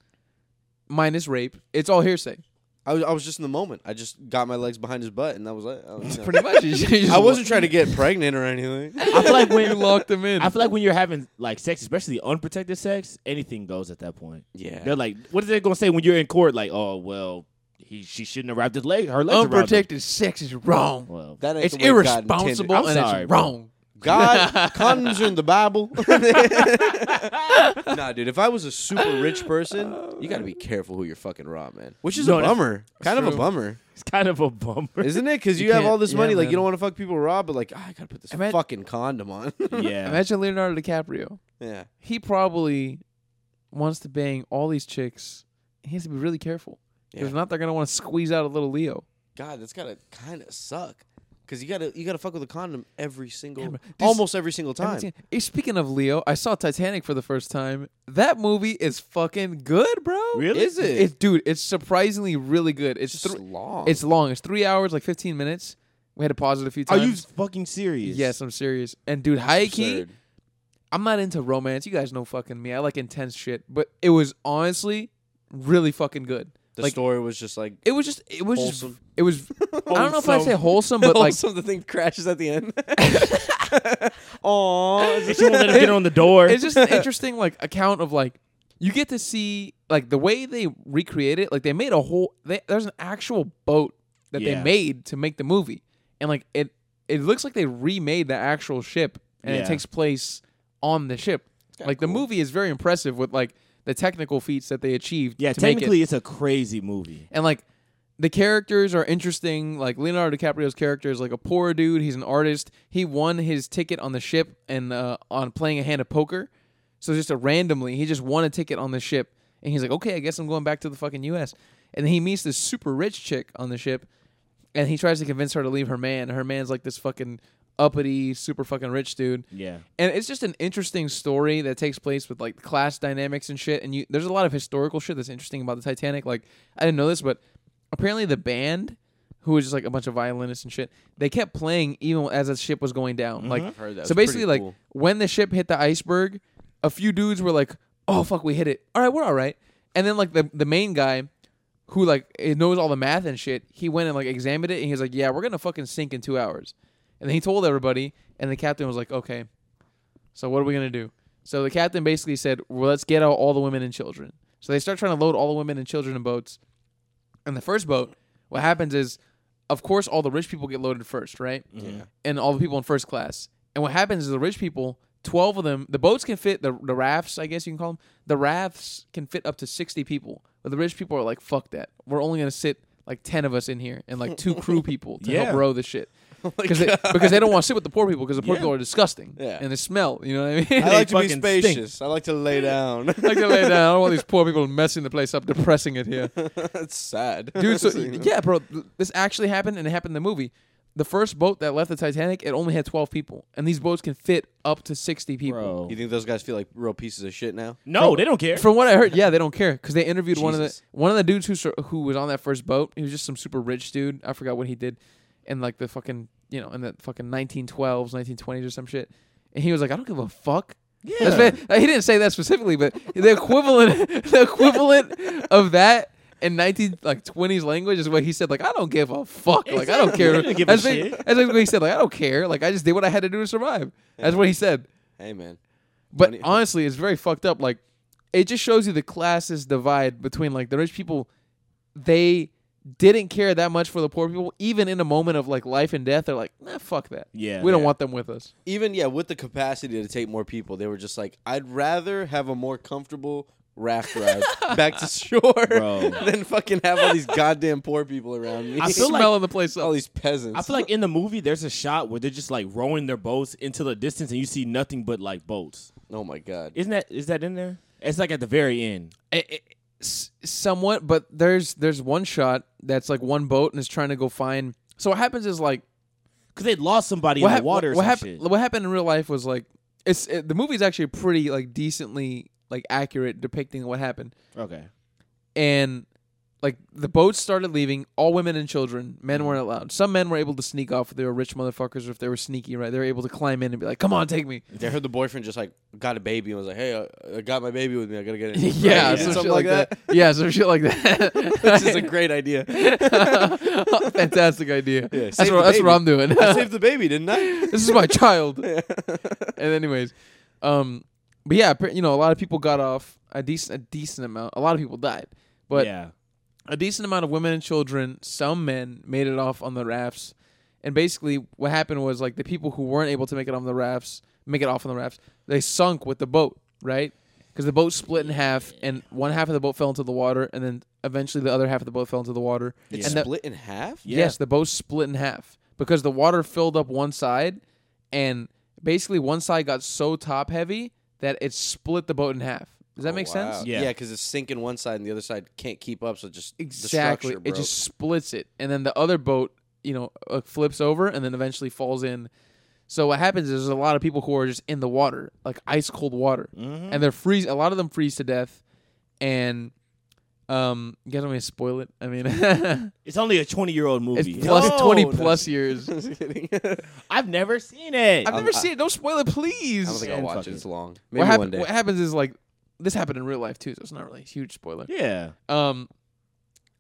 minus rape, it's all hearsay.
I was, I was just in the moment. I just got my legs behind his butt, and that was it. I, was,
Pretty much. You just- you just
I wasn't trying to get pregnant or anything.
I feel like
You
when
locked him in.
I feel like when you're having like sex, especially unprotected sex, anything goes at that point.
Yeah.
They're like, what are they gonna say when you're in court? Like, oh well, he she shouldn't have wrapped his leg, her legs around him."
Unprotected sex is wrong.
Well,
That ain't
it's
the way God
irresponsible
I'm
and
sorry,
it's
bro.
wrong.
God, condoms are in the Bible. nah, dude. If I was a super rich person, you got to be careful who you're fucking raw, man. Which is
No,
a
that's-
bummer. Kind of a
true.
bummer,
it's kind of a bummer.
isn't it? Because you,
You
have
can't-
all this
yeah,
money, like
man.
you don't want to fuck people raw, but like ah, I gotta put this
Imagine-
fucking condom on.
yeah.
Imagine Leonardo DiCaprio.
yeah.
He probably wants to bang all these chicks. He has to be really careful. Because
Yeah.
if not, they're going to want to squeeze out a little Leo.
God, that's gotta kind of suck. Cause you gotta you gotta fuck with a condom every single,
but this-
almost every single time.
Haven't seen- Eh, Speaking of Leo, I saw Titanic for the first time. That movie is fucking good, bro.
Really?
Is it?
It's dude, it's surprisingly really good. It's
It's
thr-
long.
it's long. It's three hours, like fifteen minutes. We had to pause it a few
Are
times.
you fucking serious?
Yes, I'm serious. And dude, high key,
Absurd.
I'm not into romance. You guys know fucking me. I like intense shit. But it was honestly really fucking good.
The
Like-
story was just like
It was just it was just
Wholesome.
it was I don't know if I say wholesome, but
but
like
the thing crashes at the end. Aww,
She won't let us get on the door.
it's just an interesting like account of like you get to see like the way they recreate it. Like they made a whole they, there's an actual boat that
Yeah.
they made to make the movie, and like it it looks like they remade the actual ship, and
Yeah.
it takes place on the ship. Like the movie is very impressive with like the technical feats that they achieved.
yeah,
to make it
technically, it's a crazy movie.
and like the characters are interesting. Like Leonardo DiCaprio's character is like a poor dude. He's an artist. He won his ticket on the ship and uh, on playing a hand of poker. So just a randomly, he just won a ticket on the ship, and he's like, okay, I guess I'm going back to the fucking U.S. And then he meets this super rich chick on the ship, and he tries to convince her to leave her man. Her man's like this fucking uppity, super fucking rich dude
Yeah,
and it's just an interesting story that takes place with like class dynamics and shit and you there's a lot of historical shit that's interesting about the titanic like i didn't know this but apparently the band who was just like a bunch of violinists and shit they kept playing even as the ship was going down like
Mm-hmm. heard that.
so
It's pretty
basically like
cool.
when the ship hit the iceberg a few dudes were like oh fuck we hit it all right we're all right and then like the, the main guy who like eh, knows all the math and shit he went and like examined it and he was like yeah we're gonna fucking sink in two hours and then he told everybody and the captain was like okay so what are we gonna do? So the captain basically said, "Well, let's get out all the women and children." So they start trying to load all the women and children in boats. And the first boat, what happens is, of course, all the rich people get loaded first, right? Yeah. And all the people in first class. And what happens is the rich people, twelve of them, the boats can fit the the rafts, I guess you can call them. The rafts can fit up to sixty people, but the rich people are like, "Fuck that! We're only gonna sit." Like ten of us in here and like two crew people to
Yeah.
help row the shit, because they, because they don't want to sit with the poor people because the poor
Yeah.
people are disgusting
Yeah.
and the smell. You know what I mean?
I like to be
fucking stink.
spacious. I like to lay down.
like to lay down. I don't want these poor people messing the place up, depressing it here,
That's sad,
dude. So
You know?
yeah, bro, th- this actually happened, and it happened in the movie. The first boat that left the Titanic, it only had twelve people, and these boats can fit up to sixty people.
bro.
You think those guys feel like real pieces of shit now?
No, they don't care.
From what I heard, yeah, they don't care because they interviewed one of the
Jesus.
one of the dudes who sur- who was on that first boat. He was just some super rich dude. I forgot what he did, in like the fucking you know in the fucking 1912s, 1920s or some shit. And he was like, I don't give a fuck. That's ba- he didn't say that specifically, but the equivalent the equivalent of that in 19 like 20s language is what he said. Like I don't give a fuck. Like I don't care.
I don't give a
that's, ba-
shit.
that's what he said. Like I don't care. Like I just did what I had to do to survive. That's what he said.
Hey man,
But
Money-
honestly, it's very fucked up. Like, it just shows you the classes divide between like the rich people. They didn't care that much for the poor people, even in a moment of like life and death. They're like, nah, fuck that.
Yeah,
we don't
yeah.
want them with us.
even yeah, with the capacity to take more people, they were just like, I'd rather have a more comfortable raft ride back to shore
Bro.
than fucking have all these goddamn poor people around me.
I feel like- Oh,
Smelling the place
all
up.
these peasants.
I feel like in the movie, there's a shot where they're just like rowing their boats into the distance, and you see nothing but like boats.
oh my god.
Isn't that is that in there? It's like at the very end.
I- I- Eh, s- somewhat, but there's there's one shot that's like one boat and is trying to go find. So what happens is like
Cause they lost somebody in
hap-
the water. Or
what
some
happened?
shit.
What happened in real life was like it's it, the movie's actually pretty like decently like accurate depicting what happened.
Okay.
and like the boats started leaving, all women and children. Men weren't allowed. Some men were able to sneak off if they were rich motherfuckers or if they were sneaky, right? They were able to climb in and be like, "Come on, take me."
They heard the boyfriend just like got a baby and was like, "Hey, I, I got my baby with me. I gotta get it."
yeah,
Right?
some
something
shit like that. yeah, some shit like that.
This is a great idea.
Fantastic idea. that's
save
what
the
that's what
baby.
I'm doing.
I saved the baby, didn't I?
this is my child. and anyways, um, but yeah, appar- you know, a lot of people got off a decent a decent amount. A lot of people died, but
yeah,
a decent amount of women and children, some men made it off on the rafts. And basically what happened was like the people who weren't able to make it on the rafts, make it off on the rafts, they sunk with the boat, right? Because the boat split in half and one half of the boat fell into the water and then eventually the other half of the boat fell into the water.
It's
and the-
split in half.
Yeah.
Yes, the boat split in half because the water filled up one side, and basically one side got so top heavy that it split the boat in half. Does that make sense?
Yeah.
Yeah, yeah, Oh, because it's sinking one side and the other side can't keep up, so just the
Exactly.
structure
It
broke.
just splits it, and then the other boat, you know, uh, flips over and then eventually falls in. So what happens is there's a lot of people who are just in the water, like ice cold water,
Mm-hmm.
Mm-hmm.
and they're freeze. A lot of them freeze to death, and um, you guys want me to spoil it? I mean,
it's only a 20 year old
it's
movie.
plus
No,
twenty
that's-
plus years.
Just kidding. I don't
I've never seen it.
I've never seen it. Don't spoil it, please.
think I'll
And
watch
fuck
it.
it.
It's long. Maybe
what, hap-
one day.
what happens is like this happened in real life too, so it's not really a huge spoiler.
yeah,
Um,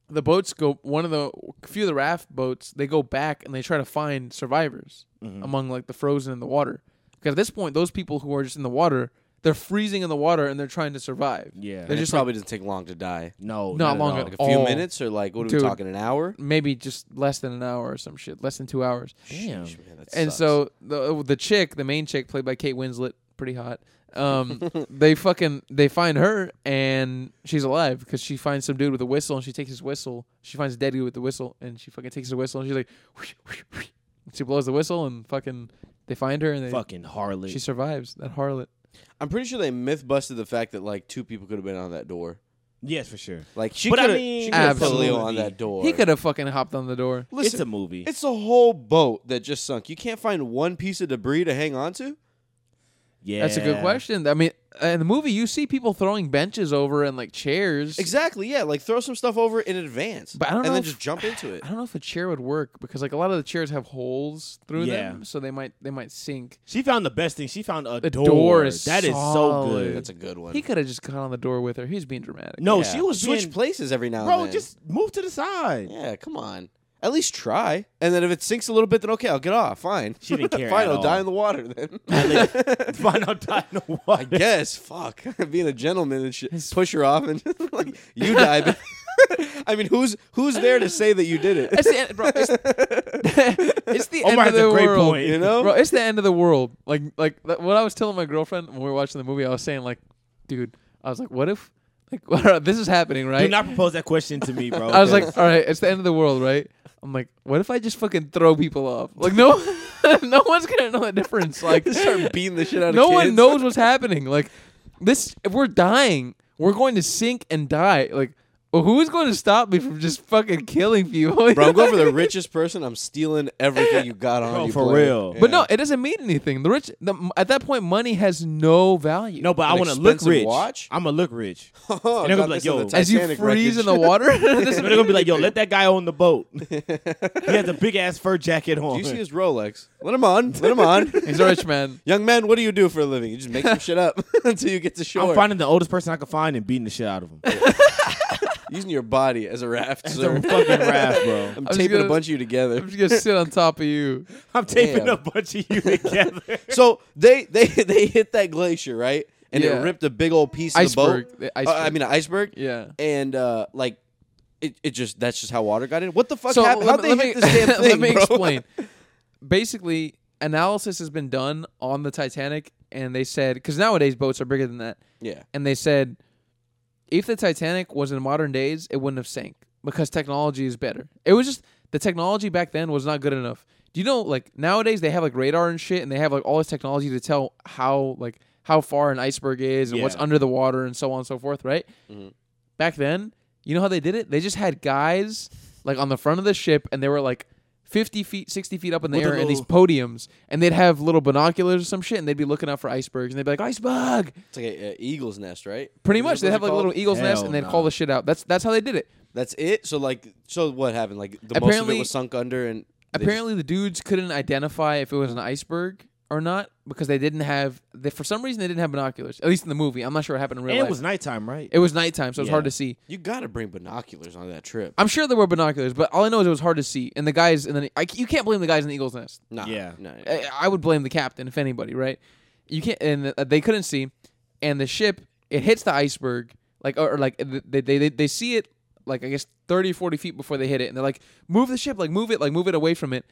the boats go one of the few of the raft boats they go back and they try to find survivors among like the frozen in the water because at this point those people who are just in the water they're freezing in the water and they're trying to survive
Yeah.
they're just
It just probably doesn't take long to die.
No,
Not
at
long
all.
ago.
Like a few
Oh.
minutes or like what are
Dude.
we talking? An hour?
like, maybe just less than an hour or some shit less than two hours
Damn.
Sheesh, man, that
and
sucks.
so the the chick the main chick played by Kate Winslet pretty hot um they fucking they find her and she's alive because she finds some dude with a whistle and she takes his whistle she finds a dead dude with the whistle and she fucking takes his whistle and she's like "Whoosh, whoosh, whoosh." she blows the whistle and fucking they find her and they
Fucking harlot.
she survives that harlot
I'm pretty sure they myth busted the fact that like two people could have been on that door.
yes, for sure.
Like she
But I
could have
mean-
she could have put Leo
Absolutely.
on that door.
he could have fucking hopped on the door
Listen,
it's a movie.
It's a whole boat that just sunk. You can't find one piece of debris to hang on to?
yeah,
that's a good question i mean in the movie you see people throwing benches over and like chairs
Exactly, yeah. Like throw some stuff over in advance.
But I don't
and
know
then
if-
just jump into it.
I don't know if a chair would work because like a lot of the chairs have holes through
Yeah.
them, so they might they might sink.
She found the best thing. She found a
The
door.
door is
That is so
solid.
good.
That's a good one.
He could have just got on the door with her. He's being dramatic.
no,
Yeah.
she was
switch
being,
places every now and
Bro,
then.
just move to the side.
Yeah, come on. At least try. And then if it sinks a little bit, then okay, I'll get off. Fine.
She didn't care
Fine,
at
I'll die
all.
in the water then.
Find out die in the water.
yes, fuck. Being a gentleman and shit. Push her off and like you die. but- I mean, who's who's there to say that you did it?
it's the end, bro. It's, it's the end
Omar
of
has
the
a great
world,
point.
You know?
bro. It's the end of the world. Like like th- what I was telling my girlfriend when we were watching the movie, I was saying like, dude, I was like, what if like this is happening right?
Do not propose that question to me, bro.
I was
Okay.
like, all right, it's the end of the world, right? I'm like, what if I just fucking throw people off? Like no, no one's gonna know the difference. Like
Just start beating the shit out
no
of kids.
one knows what's happening. Like this, if we're dying, we're going to sink and die. Like well, who is going to stop me from just fucking killing people?
Bro, I'm going for the richest person. I'm stealing everything you got on
Oh,
Bro,
you.
for
player.
real.
but
Yeah.
no, it doesn't mean anything. The rich, the, at that point, money has no value.
no, but I
An
want to look
expensive
rich.
watch?
I'm gonna look rich.
Oh,
And they're gonna
got
be like,
this on
yo,
the
as you
Titanic
freeze in
wreckage.
the water, this-
They're gonna be like, yo, let that guy on the boat. he has a big ass fur jacket on.
Do you see his Rolex? Let him on. Let him on.
he's a rich man.
Young man, what do you do for a living? You just make some shit up until you get to shore.
I'm finding the oldest person I can find and beating the shit out of him.
Using your body as a raft,
It's
sir.
a fucking raft, bro.
I'm
just
taping
gonna-
a bunch of you together.
I'm just gonna sit on top of you.
I'm taping
Damn.
a bunch of you together.
So they they they hit that glacier right, and
Yeah.
it ripped a big old piece
Iceberg.
of the
The
boat.
iceberg.
Uh, I mean, an iceberg.
Yeah.
And uh, like, it, it just that's just how water got in. What the fuck
So
happened?
let,
How'd
me- let me,
they hit this damn thing,
let me
bro?
explain. Basically, analysis has been done on the Titanic, and they said because nowadays boats are bigger than that,
yeah.
and they said if the Titanic was in modern days, it wouldn't have sank because technology is better. It was just the technology back then was not good enough. Do you know like nowadays they have like radar and shit, and they have like all this technology to tell how like how far an iceberg is and what's
Yeah. Mm-hmm.
under the water and so on and so forth, right? back then, you know how they did it? They just had guys like on the front of the ship, and they were like fifty feet, sixty feet up in the
With a
air in these
little-
podiums, and they'd have little binoculars or some shit, and they'd be looking out for icebergs, and they'd be like iceberg.
It's like an eagle's nest, right?
Pretty
Is
much,
that
they
what
have
it's
like a
called?
little eagle's nest,
Hell
and they'd
nah.
call the shit out. That's that's how they did it.
That's it. So like, so what happened? Like the most of
Apparently-
it was sunk under, and they just-
Apparently, the dudes couldn't identify if it was an iceberg or not because they didn't have. They, for some reason, they didn't have binoculars. At least in the movie, I'm not sure what happened in real
and
life.
it was nighttime, right?
it was nighttime, so it was hard
Yeah.
to see.
you gotta bring binoculars on that trip.
I'm sure there were binoculars, but all I know is it was hard to see. And the guys, and then I, you can't blame the guys in the eagle's nest.
Nah,
Yeah.
nah.
I I would blame the captain if anybody, right? You can't, and uh, they couldn't see, and the ship it hits the iceberg, like or, or, like they, they they they see it like I guess 30, 40 feet before they hit it, and they're like, move the ship, like move it, like move it away from it,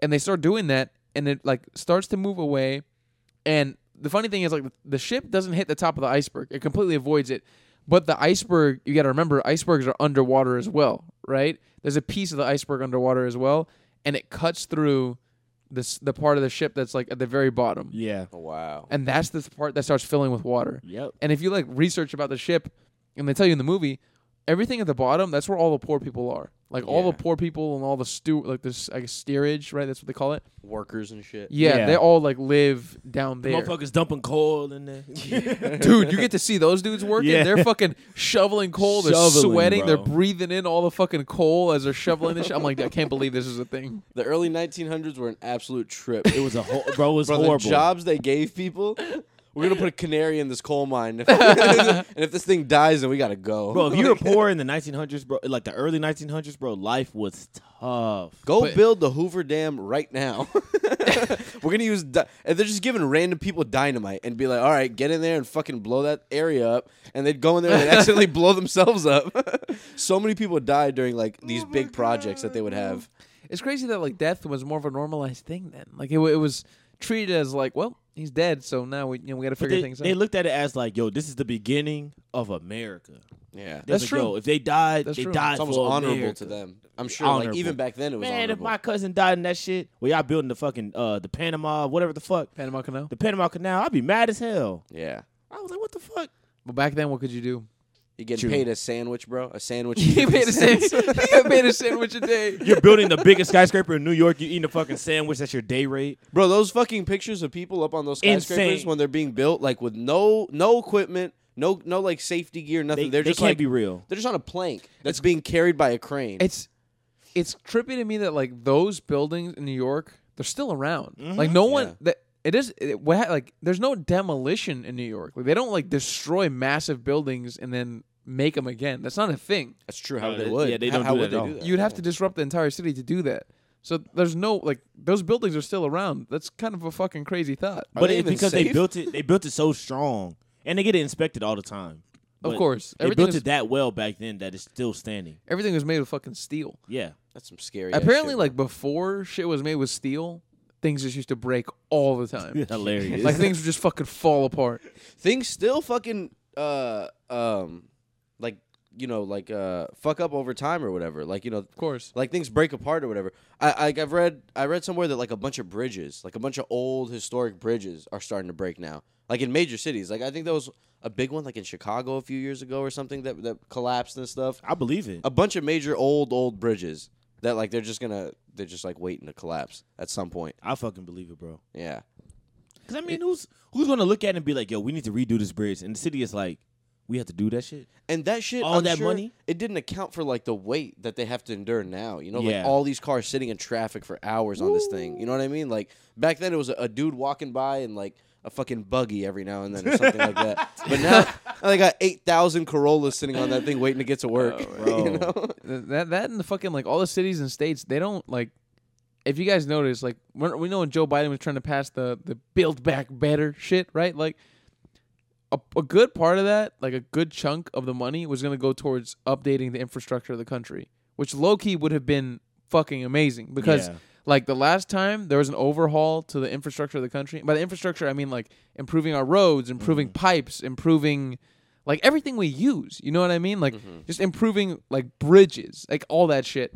and they start doing that, and it like starts to move away, and the funny thing is like the ship doesn't hit the top of the iceberg, it completely avoids it, but the iceberg you got to remember icebergs are underwater as well, right? There's a piece of the iceberg underwater as well, and it cuts through this the part of the ship that's like at the very bottom.
Yeah.
Oh, wow.
And that's the part that starts filling with water.
Yep.
And if you like research about the ship and they tell you in the movie, everything at the bottom, that's where all the poor people are. Like all the
Yeah.
poor people and all the stew like this I guess steerage, right? That's what they call it.
Workers and shit.
Yeah,
Yeah.
they all like live down there.
Motherfuckers dumping coal in there.
Dude, you get to see those dudes working.
Yeah.
They're fucking shoveling coal, they're
Shoveling,
sweating, they're
bro.
breathing in all the fucking coal as they're shoveling this shit. I'm like, I can't believe this is a thing.
The early 1900s were an absolute trip.
it was a whole bro. It was
Bro,
horrible.
the jobs they gave people We're gonna put a canary in this coal mine, and if this thing dies, then we gotta go.
Bro, if you were poor in the 1900s, bro, like the early 1900s, bro, life was tough.
Go
But-
build the Hoover Dam right now. We're gonna use, di- and they're just giving random people dynamite and be like, "All right, get in there and fucking blow that area up." And they'd go in there and they'd accidentally blow themselves up. so many people died during like
Oh
these big projects that they would have.
It's crazy that like death was more of a normalized thing then. Like it, wa- it was treated as like, well, he's dead, so now we you know we got to figure
They,
things
they
out.
looked at it as like, yo, this is the beginning of America.
Yeah,
They was
That's
like, Yo,
true.
if they died,
That's
they
true.
died
it's almost
for
honorable
America.
to them. I'm sure, like
Honorable.
even back then, it was
Man, if
honorable.
my cousin died in that shit, well, y'all building the fucking uh the Panama, whatever the fuck,
Panama Canal.
the Panama Canal, I'd be mad as hell.
yeah,
I was like, what the fuck?
But back then, what could you do?
you get
True.
paid a sandwich, bro. A sandwich.
He made a sandwich. he made a sandwich a day.
You're building the biggest skyscraper in New York. You eating a fucking sandwich. That's your day rate.
Bro, those fucking pictures of people up on those skyscrapers
Insane.
when they're being built, like with no no equipment, no no like safety gear, nothing.
They,
they're
they
just
can't
like
be real.
they're just on a plank that's being carried by a crane.
It's it's trippy to me that like those buildings in New York, they're still around.
Mm-hmm.
Like no one
Yeah.
that it is it, what ha- like there's no demolition in New York. Like they don't like destroy massive buildings and then make them again. That's not a thing.
that's true. How
No,
they
they-
would?
yeah, they
How-
don't
how
do
would
that at
they
all.
that?
You'd have to disrupt the entire city to do that. So there's no like those buildings are still around. That's kind of a fucking crazy thought.
Are
but it's
they even
because they
safe?
built it, they built it so strong, and they get it inspected all the time.
Of
But
course,
they
everything
built
is,
it that well back then that it's still standing.
everything was made of fucking steel.
Yeah,
That's some scary.
Apparently,
ass shit,
like before shit was made with steel, things just used to break all the time.
hilarious.
like things would just fucking fall apart.
bro. things still fucking uh um like you know like uh fuck up over time or whatever. Like you know
Of course.
like things break apart or whatever. I, I I've read I read somewhere that like a bunch of bridges, like a bunch of old historic bridges, are starting to break now. Like in major cities, like I think there was a big one like in Chicago a few years ago or something that that collapsed and stuff.
I believe it.
A bunch of major old old bridges that like they're just gonna they're just like waiting to collapse at some point.
I fucking believe it, bro.
Yeah,
Because I mean, who's who's gonna look at it and be like, yo, we need to redo this bridge? And the city is like, we have to do that shit.
and that shit
All
I'm
that
sure,
money?
it didn't account for like the weight that they have to endure now. You know,
Yeah.
like all these cars sitting in traffic for hours on this thing. You know what I mean? Like back then, it was a, a dude walking by and like a fucking buggy every now and then or something like that. But now, now they got eight thousand Corollas sitting on that thing waiting to get to work.
Oh, Bro.
you know?
Th- That that and the fucking like all the cities and states they don't like. If you guys notice, like when, we know when Joe Biden was trying to pass the the Build Back Better shit, right? Like a, a good part of that, like a good chunk of the money was going to go towards updating the infrastructure of the country, which low key would have been fucking amazing because
Yeah.
like the last time there was an overhaul to the infrastructure of the country. By the infrastructure, I mean like improving our roads, improving pipes, improving like everything we use. You know what I mean? Like just improving like bridges, like all that shit.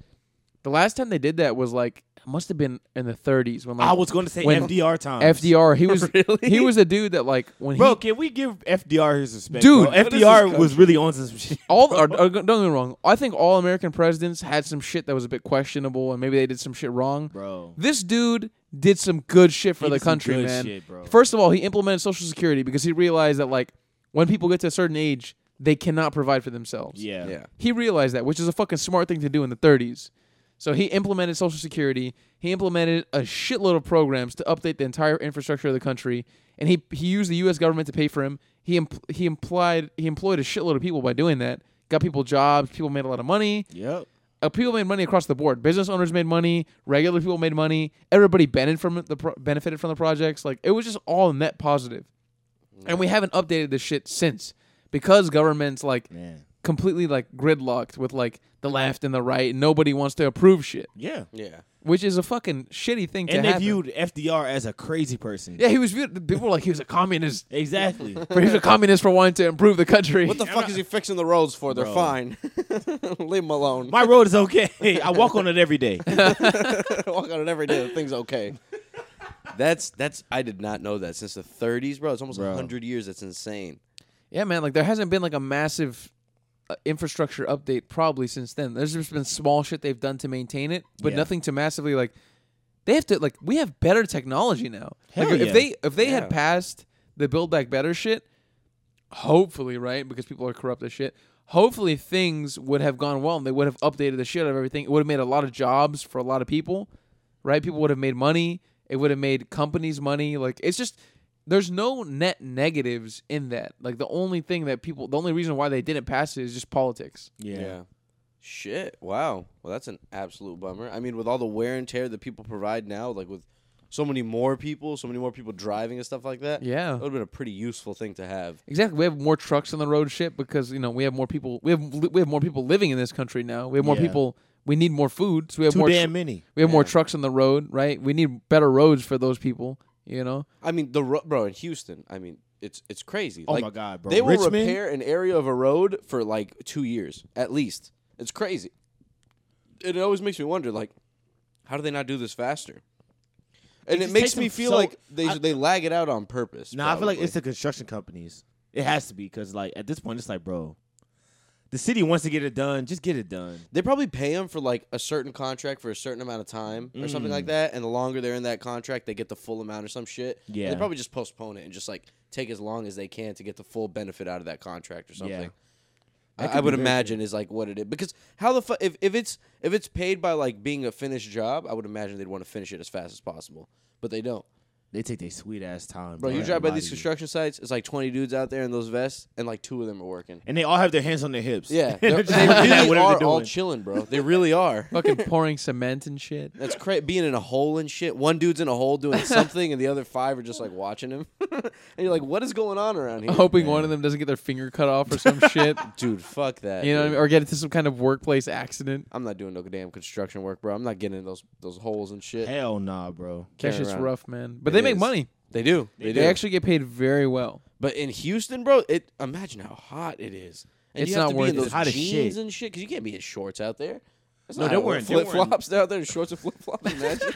The last time they did that was like must have been in the 30s when like
I was gonna say
when
FDR time.
FDR. He was
Really?
he was a dude that like when he
Bro, can we give FDR his respect?
Dude,
bro?
what is this
FDR was really on some shit.
all or, or, don't get me wrong. I think all American presidents had some shit that was a bit questionable, and maybe they did some shit wrong.
Bro.
this dude did some good shit for
He
the
did some
country,
good
man.
shit, bro.
First of all, he implemented Social Security because he realized that like when people get to a certain age, they cannot provide for themselves.
Yeah.
Yeah,
He realized that, which is a fucking smart thing to do in the 30s. So he implemented Social Security. He implemented a shitload of programs to update the entire infrastructure of the country, and he he used the U.S. government to pay for him. He impl- he implied he employed a shitload of people by doing that. Got people jobs. People made a lot of money.
Yep.
Uh, people made money across the board. Business owners made money. Regular people made money. Everybody benefited from the pro- benefited from the projects. Like it was just all net positive. And we haven't updated this shit since because governments like
Man.
completely like gridlocked with like the left and the right. And nobody wants to approve shit,
Yeah.
yeah.
which is a fucking shitty thing to
And they
happen.
viewed FDR as a crazy person.
yeah, he was viewed. People were like he was a communist.
Exactly.
He was a communist for wanting to improve the country.
What the fuck is he fixing the roads for? They're
Bro.
fine. Leave them alone.
My road is okay. I walk on it every day.
walk on it every day. The thing's okay. That's that's I did not know that since the 30s, bro. It's almost
Bro.
100 years. That's insane.
Yeah, man. Like there hasn't been like a massive uh, infrastructure update probably since then. There's just been small shit they've done to maintain it, but
Yeah.
nothing to massively like. They have to like we have better technology now.
Hell
like,
yeah.
If they if they
Yeah.
had passed the Build Back Better shit, hopefully right because people are corrupt as shit. Hopefully things would have gone well and they would have updated the shit out of everything. It would have made a lot of jobs for a lot of people, right? People would have made money. It would have made companies money. Like it's just there's no net negatives in that. Like the only thing that people, the only reason why they didn't pass it is just politics.
Yeah.
Yeah. Shit. Wow. Well, that's an absolute bummer. I mean, with all the wear and tear that people provide now, like with so many more people, so many more people driving and stuff like that.
Yeah.
That would have been a pretty useful thing to have.
Exactly. We have more trucks on the road, shit, because you know we have more people. We have li- we have more people living in this country now. We have more
Yeah.
people. We need more food, so we have
Too
more.
damn
tr-
many.
we have more
Yeah.
trucks on the road, right? We need better roads for those people. You know.
I mean, the ro- bro in Houston. I mean, it's it's crazy.
Oh
like,
my God, bro.
They will
Richmond?
repair an area of a road for like two years at least. It's crazy. It always makes me wonder, like, how do they not do this faster? And it,
just
makes
takes
me
them
feel
so-
like they
I-
they lag it out on purpose.
Nah, I feel like
probably.
it's the construction companies. It has to be because, like, at this point, it's like, bro, the city wants to get it done. Just get it done.
They probably pay them for like a certain contract for a certain amount of time or something
Mm.
like that. And the longer they're in that contract, they get the full amount or some shit. And
Yeah.
they probably just postpone it and just like take as long as they can to get the full benefit out of that contract or something.
Yeah.
I,
That
I
could
would
be very
imagine is like what it is because how the fuck if, if it's if it's paid by like being a finished job, I would imagine they'd want to finish it as fast as possible, but they don't.
They take their sweet ass time,
Bro,
bro.
you
That's
drive by
a lot
these
of you.
construction sites, it's like twenty dudes out there in those vests, and like two of them are working.
and they all have their hands on their hips.
Yeah,
They're
they're-
just
they
looking at
really
whatever
are
they're
all
doing.
chilling, bro. They really are.
Fucking pouring cement and shit.
That's crazy. Being in a hole and shit. One dude's in a hole doing something, and the other five are just like watching him. and you're like, what is going on around here?
Oh.
Hoping one of them doesn't get their finger cut off or some shit.
dude, fuck that.
You know what I
dude.
mean? Or get into some kind of workplace accident.
I'm not doing no damn construction work, bro. I'm not getting in those those holes and shit.
Hell nah, bro.
That's
Carry
just
around.
rough, man. But
It
they make
is.
money.
They do. They,
They,
do.
actually get paid very well.
but in Houston, bro, it imagine how hot it is. And
It's
you have
not
to
worth
be
it.
in those
It's hot as
jeans
shit.
and shit because you can't be in shorts out there. That's
No,
not
they're
how it works.
wearing- they're
flip flops out there, and shorts and flip flops. Imagine.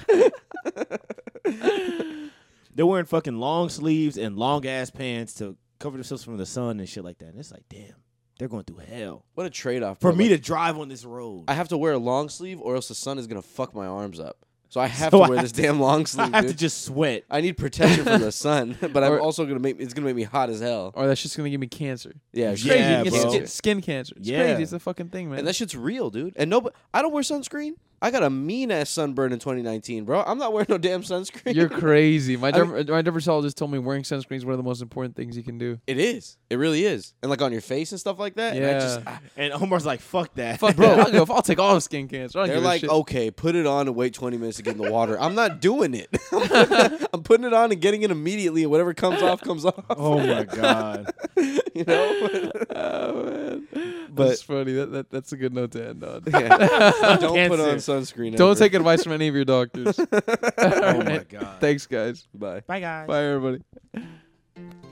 They're wearing fucking long sleeves and long ass pants to cover themselves from the sun and shit like that. And it's like, damn, they're going through hell
what a trade off
for me to drive on this road.
I have to wear a long sleeve, or else the sun is gonna fuck my arms up. So I have
So
to
I
wear
have
this damn long
I
sleeve,
have
dude.
to just sweat.
I need protection from the sun, but I'm
Or-
also gonna make it's gonna make me hot as hell.
Or that shit's gonna give me cancer.
Yeah,
It's
shit.
crazy.
Yeah,
you can
bro.
get skin, skin cancer. It's
Yeah.
crazy. It's a fucking thing, man.
and that shit's real, dude. And no, I don't wear sunscreen. I got a mean ass sunburn in 2019, bro. I'm not wewearing no damn sunscreen.
You're crazy. My
I
derm- my dermatologist told me wearing sunscreen is one of the most important things you can do.
it is. It really is. And like on your face and stuff like that. and I
Yeah.
just- ah, I-
And Omar's like, fuck that.
Fuck, bro. I'll, go, I'll take all the skin cancer. I don't
they're
give a
like, oh.
shit.
okay, put it on and wait 20 minutes to get in the water. I'm not doing it. I'm putting it on and getting it immediately, and whatever comes off comes off.
oh my god.
you know.
Oh, man.
But-
that's funny. That, that that's a good note to end on.
Yeah. Don't put on
Cancer.
sunscreen.
Don't
ever.
take advice from any of your doctors.
Oh my god.
Thanks, guys.
Bye.
Bye guys.
Bye, everybody.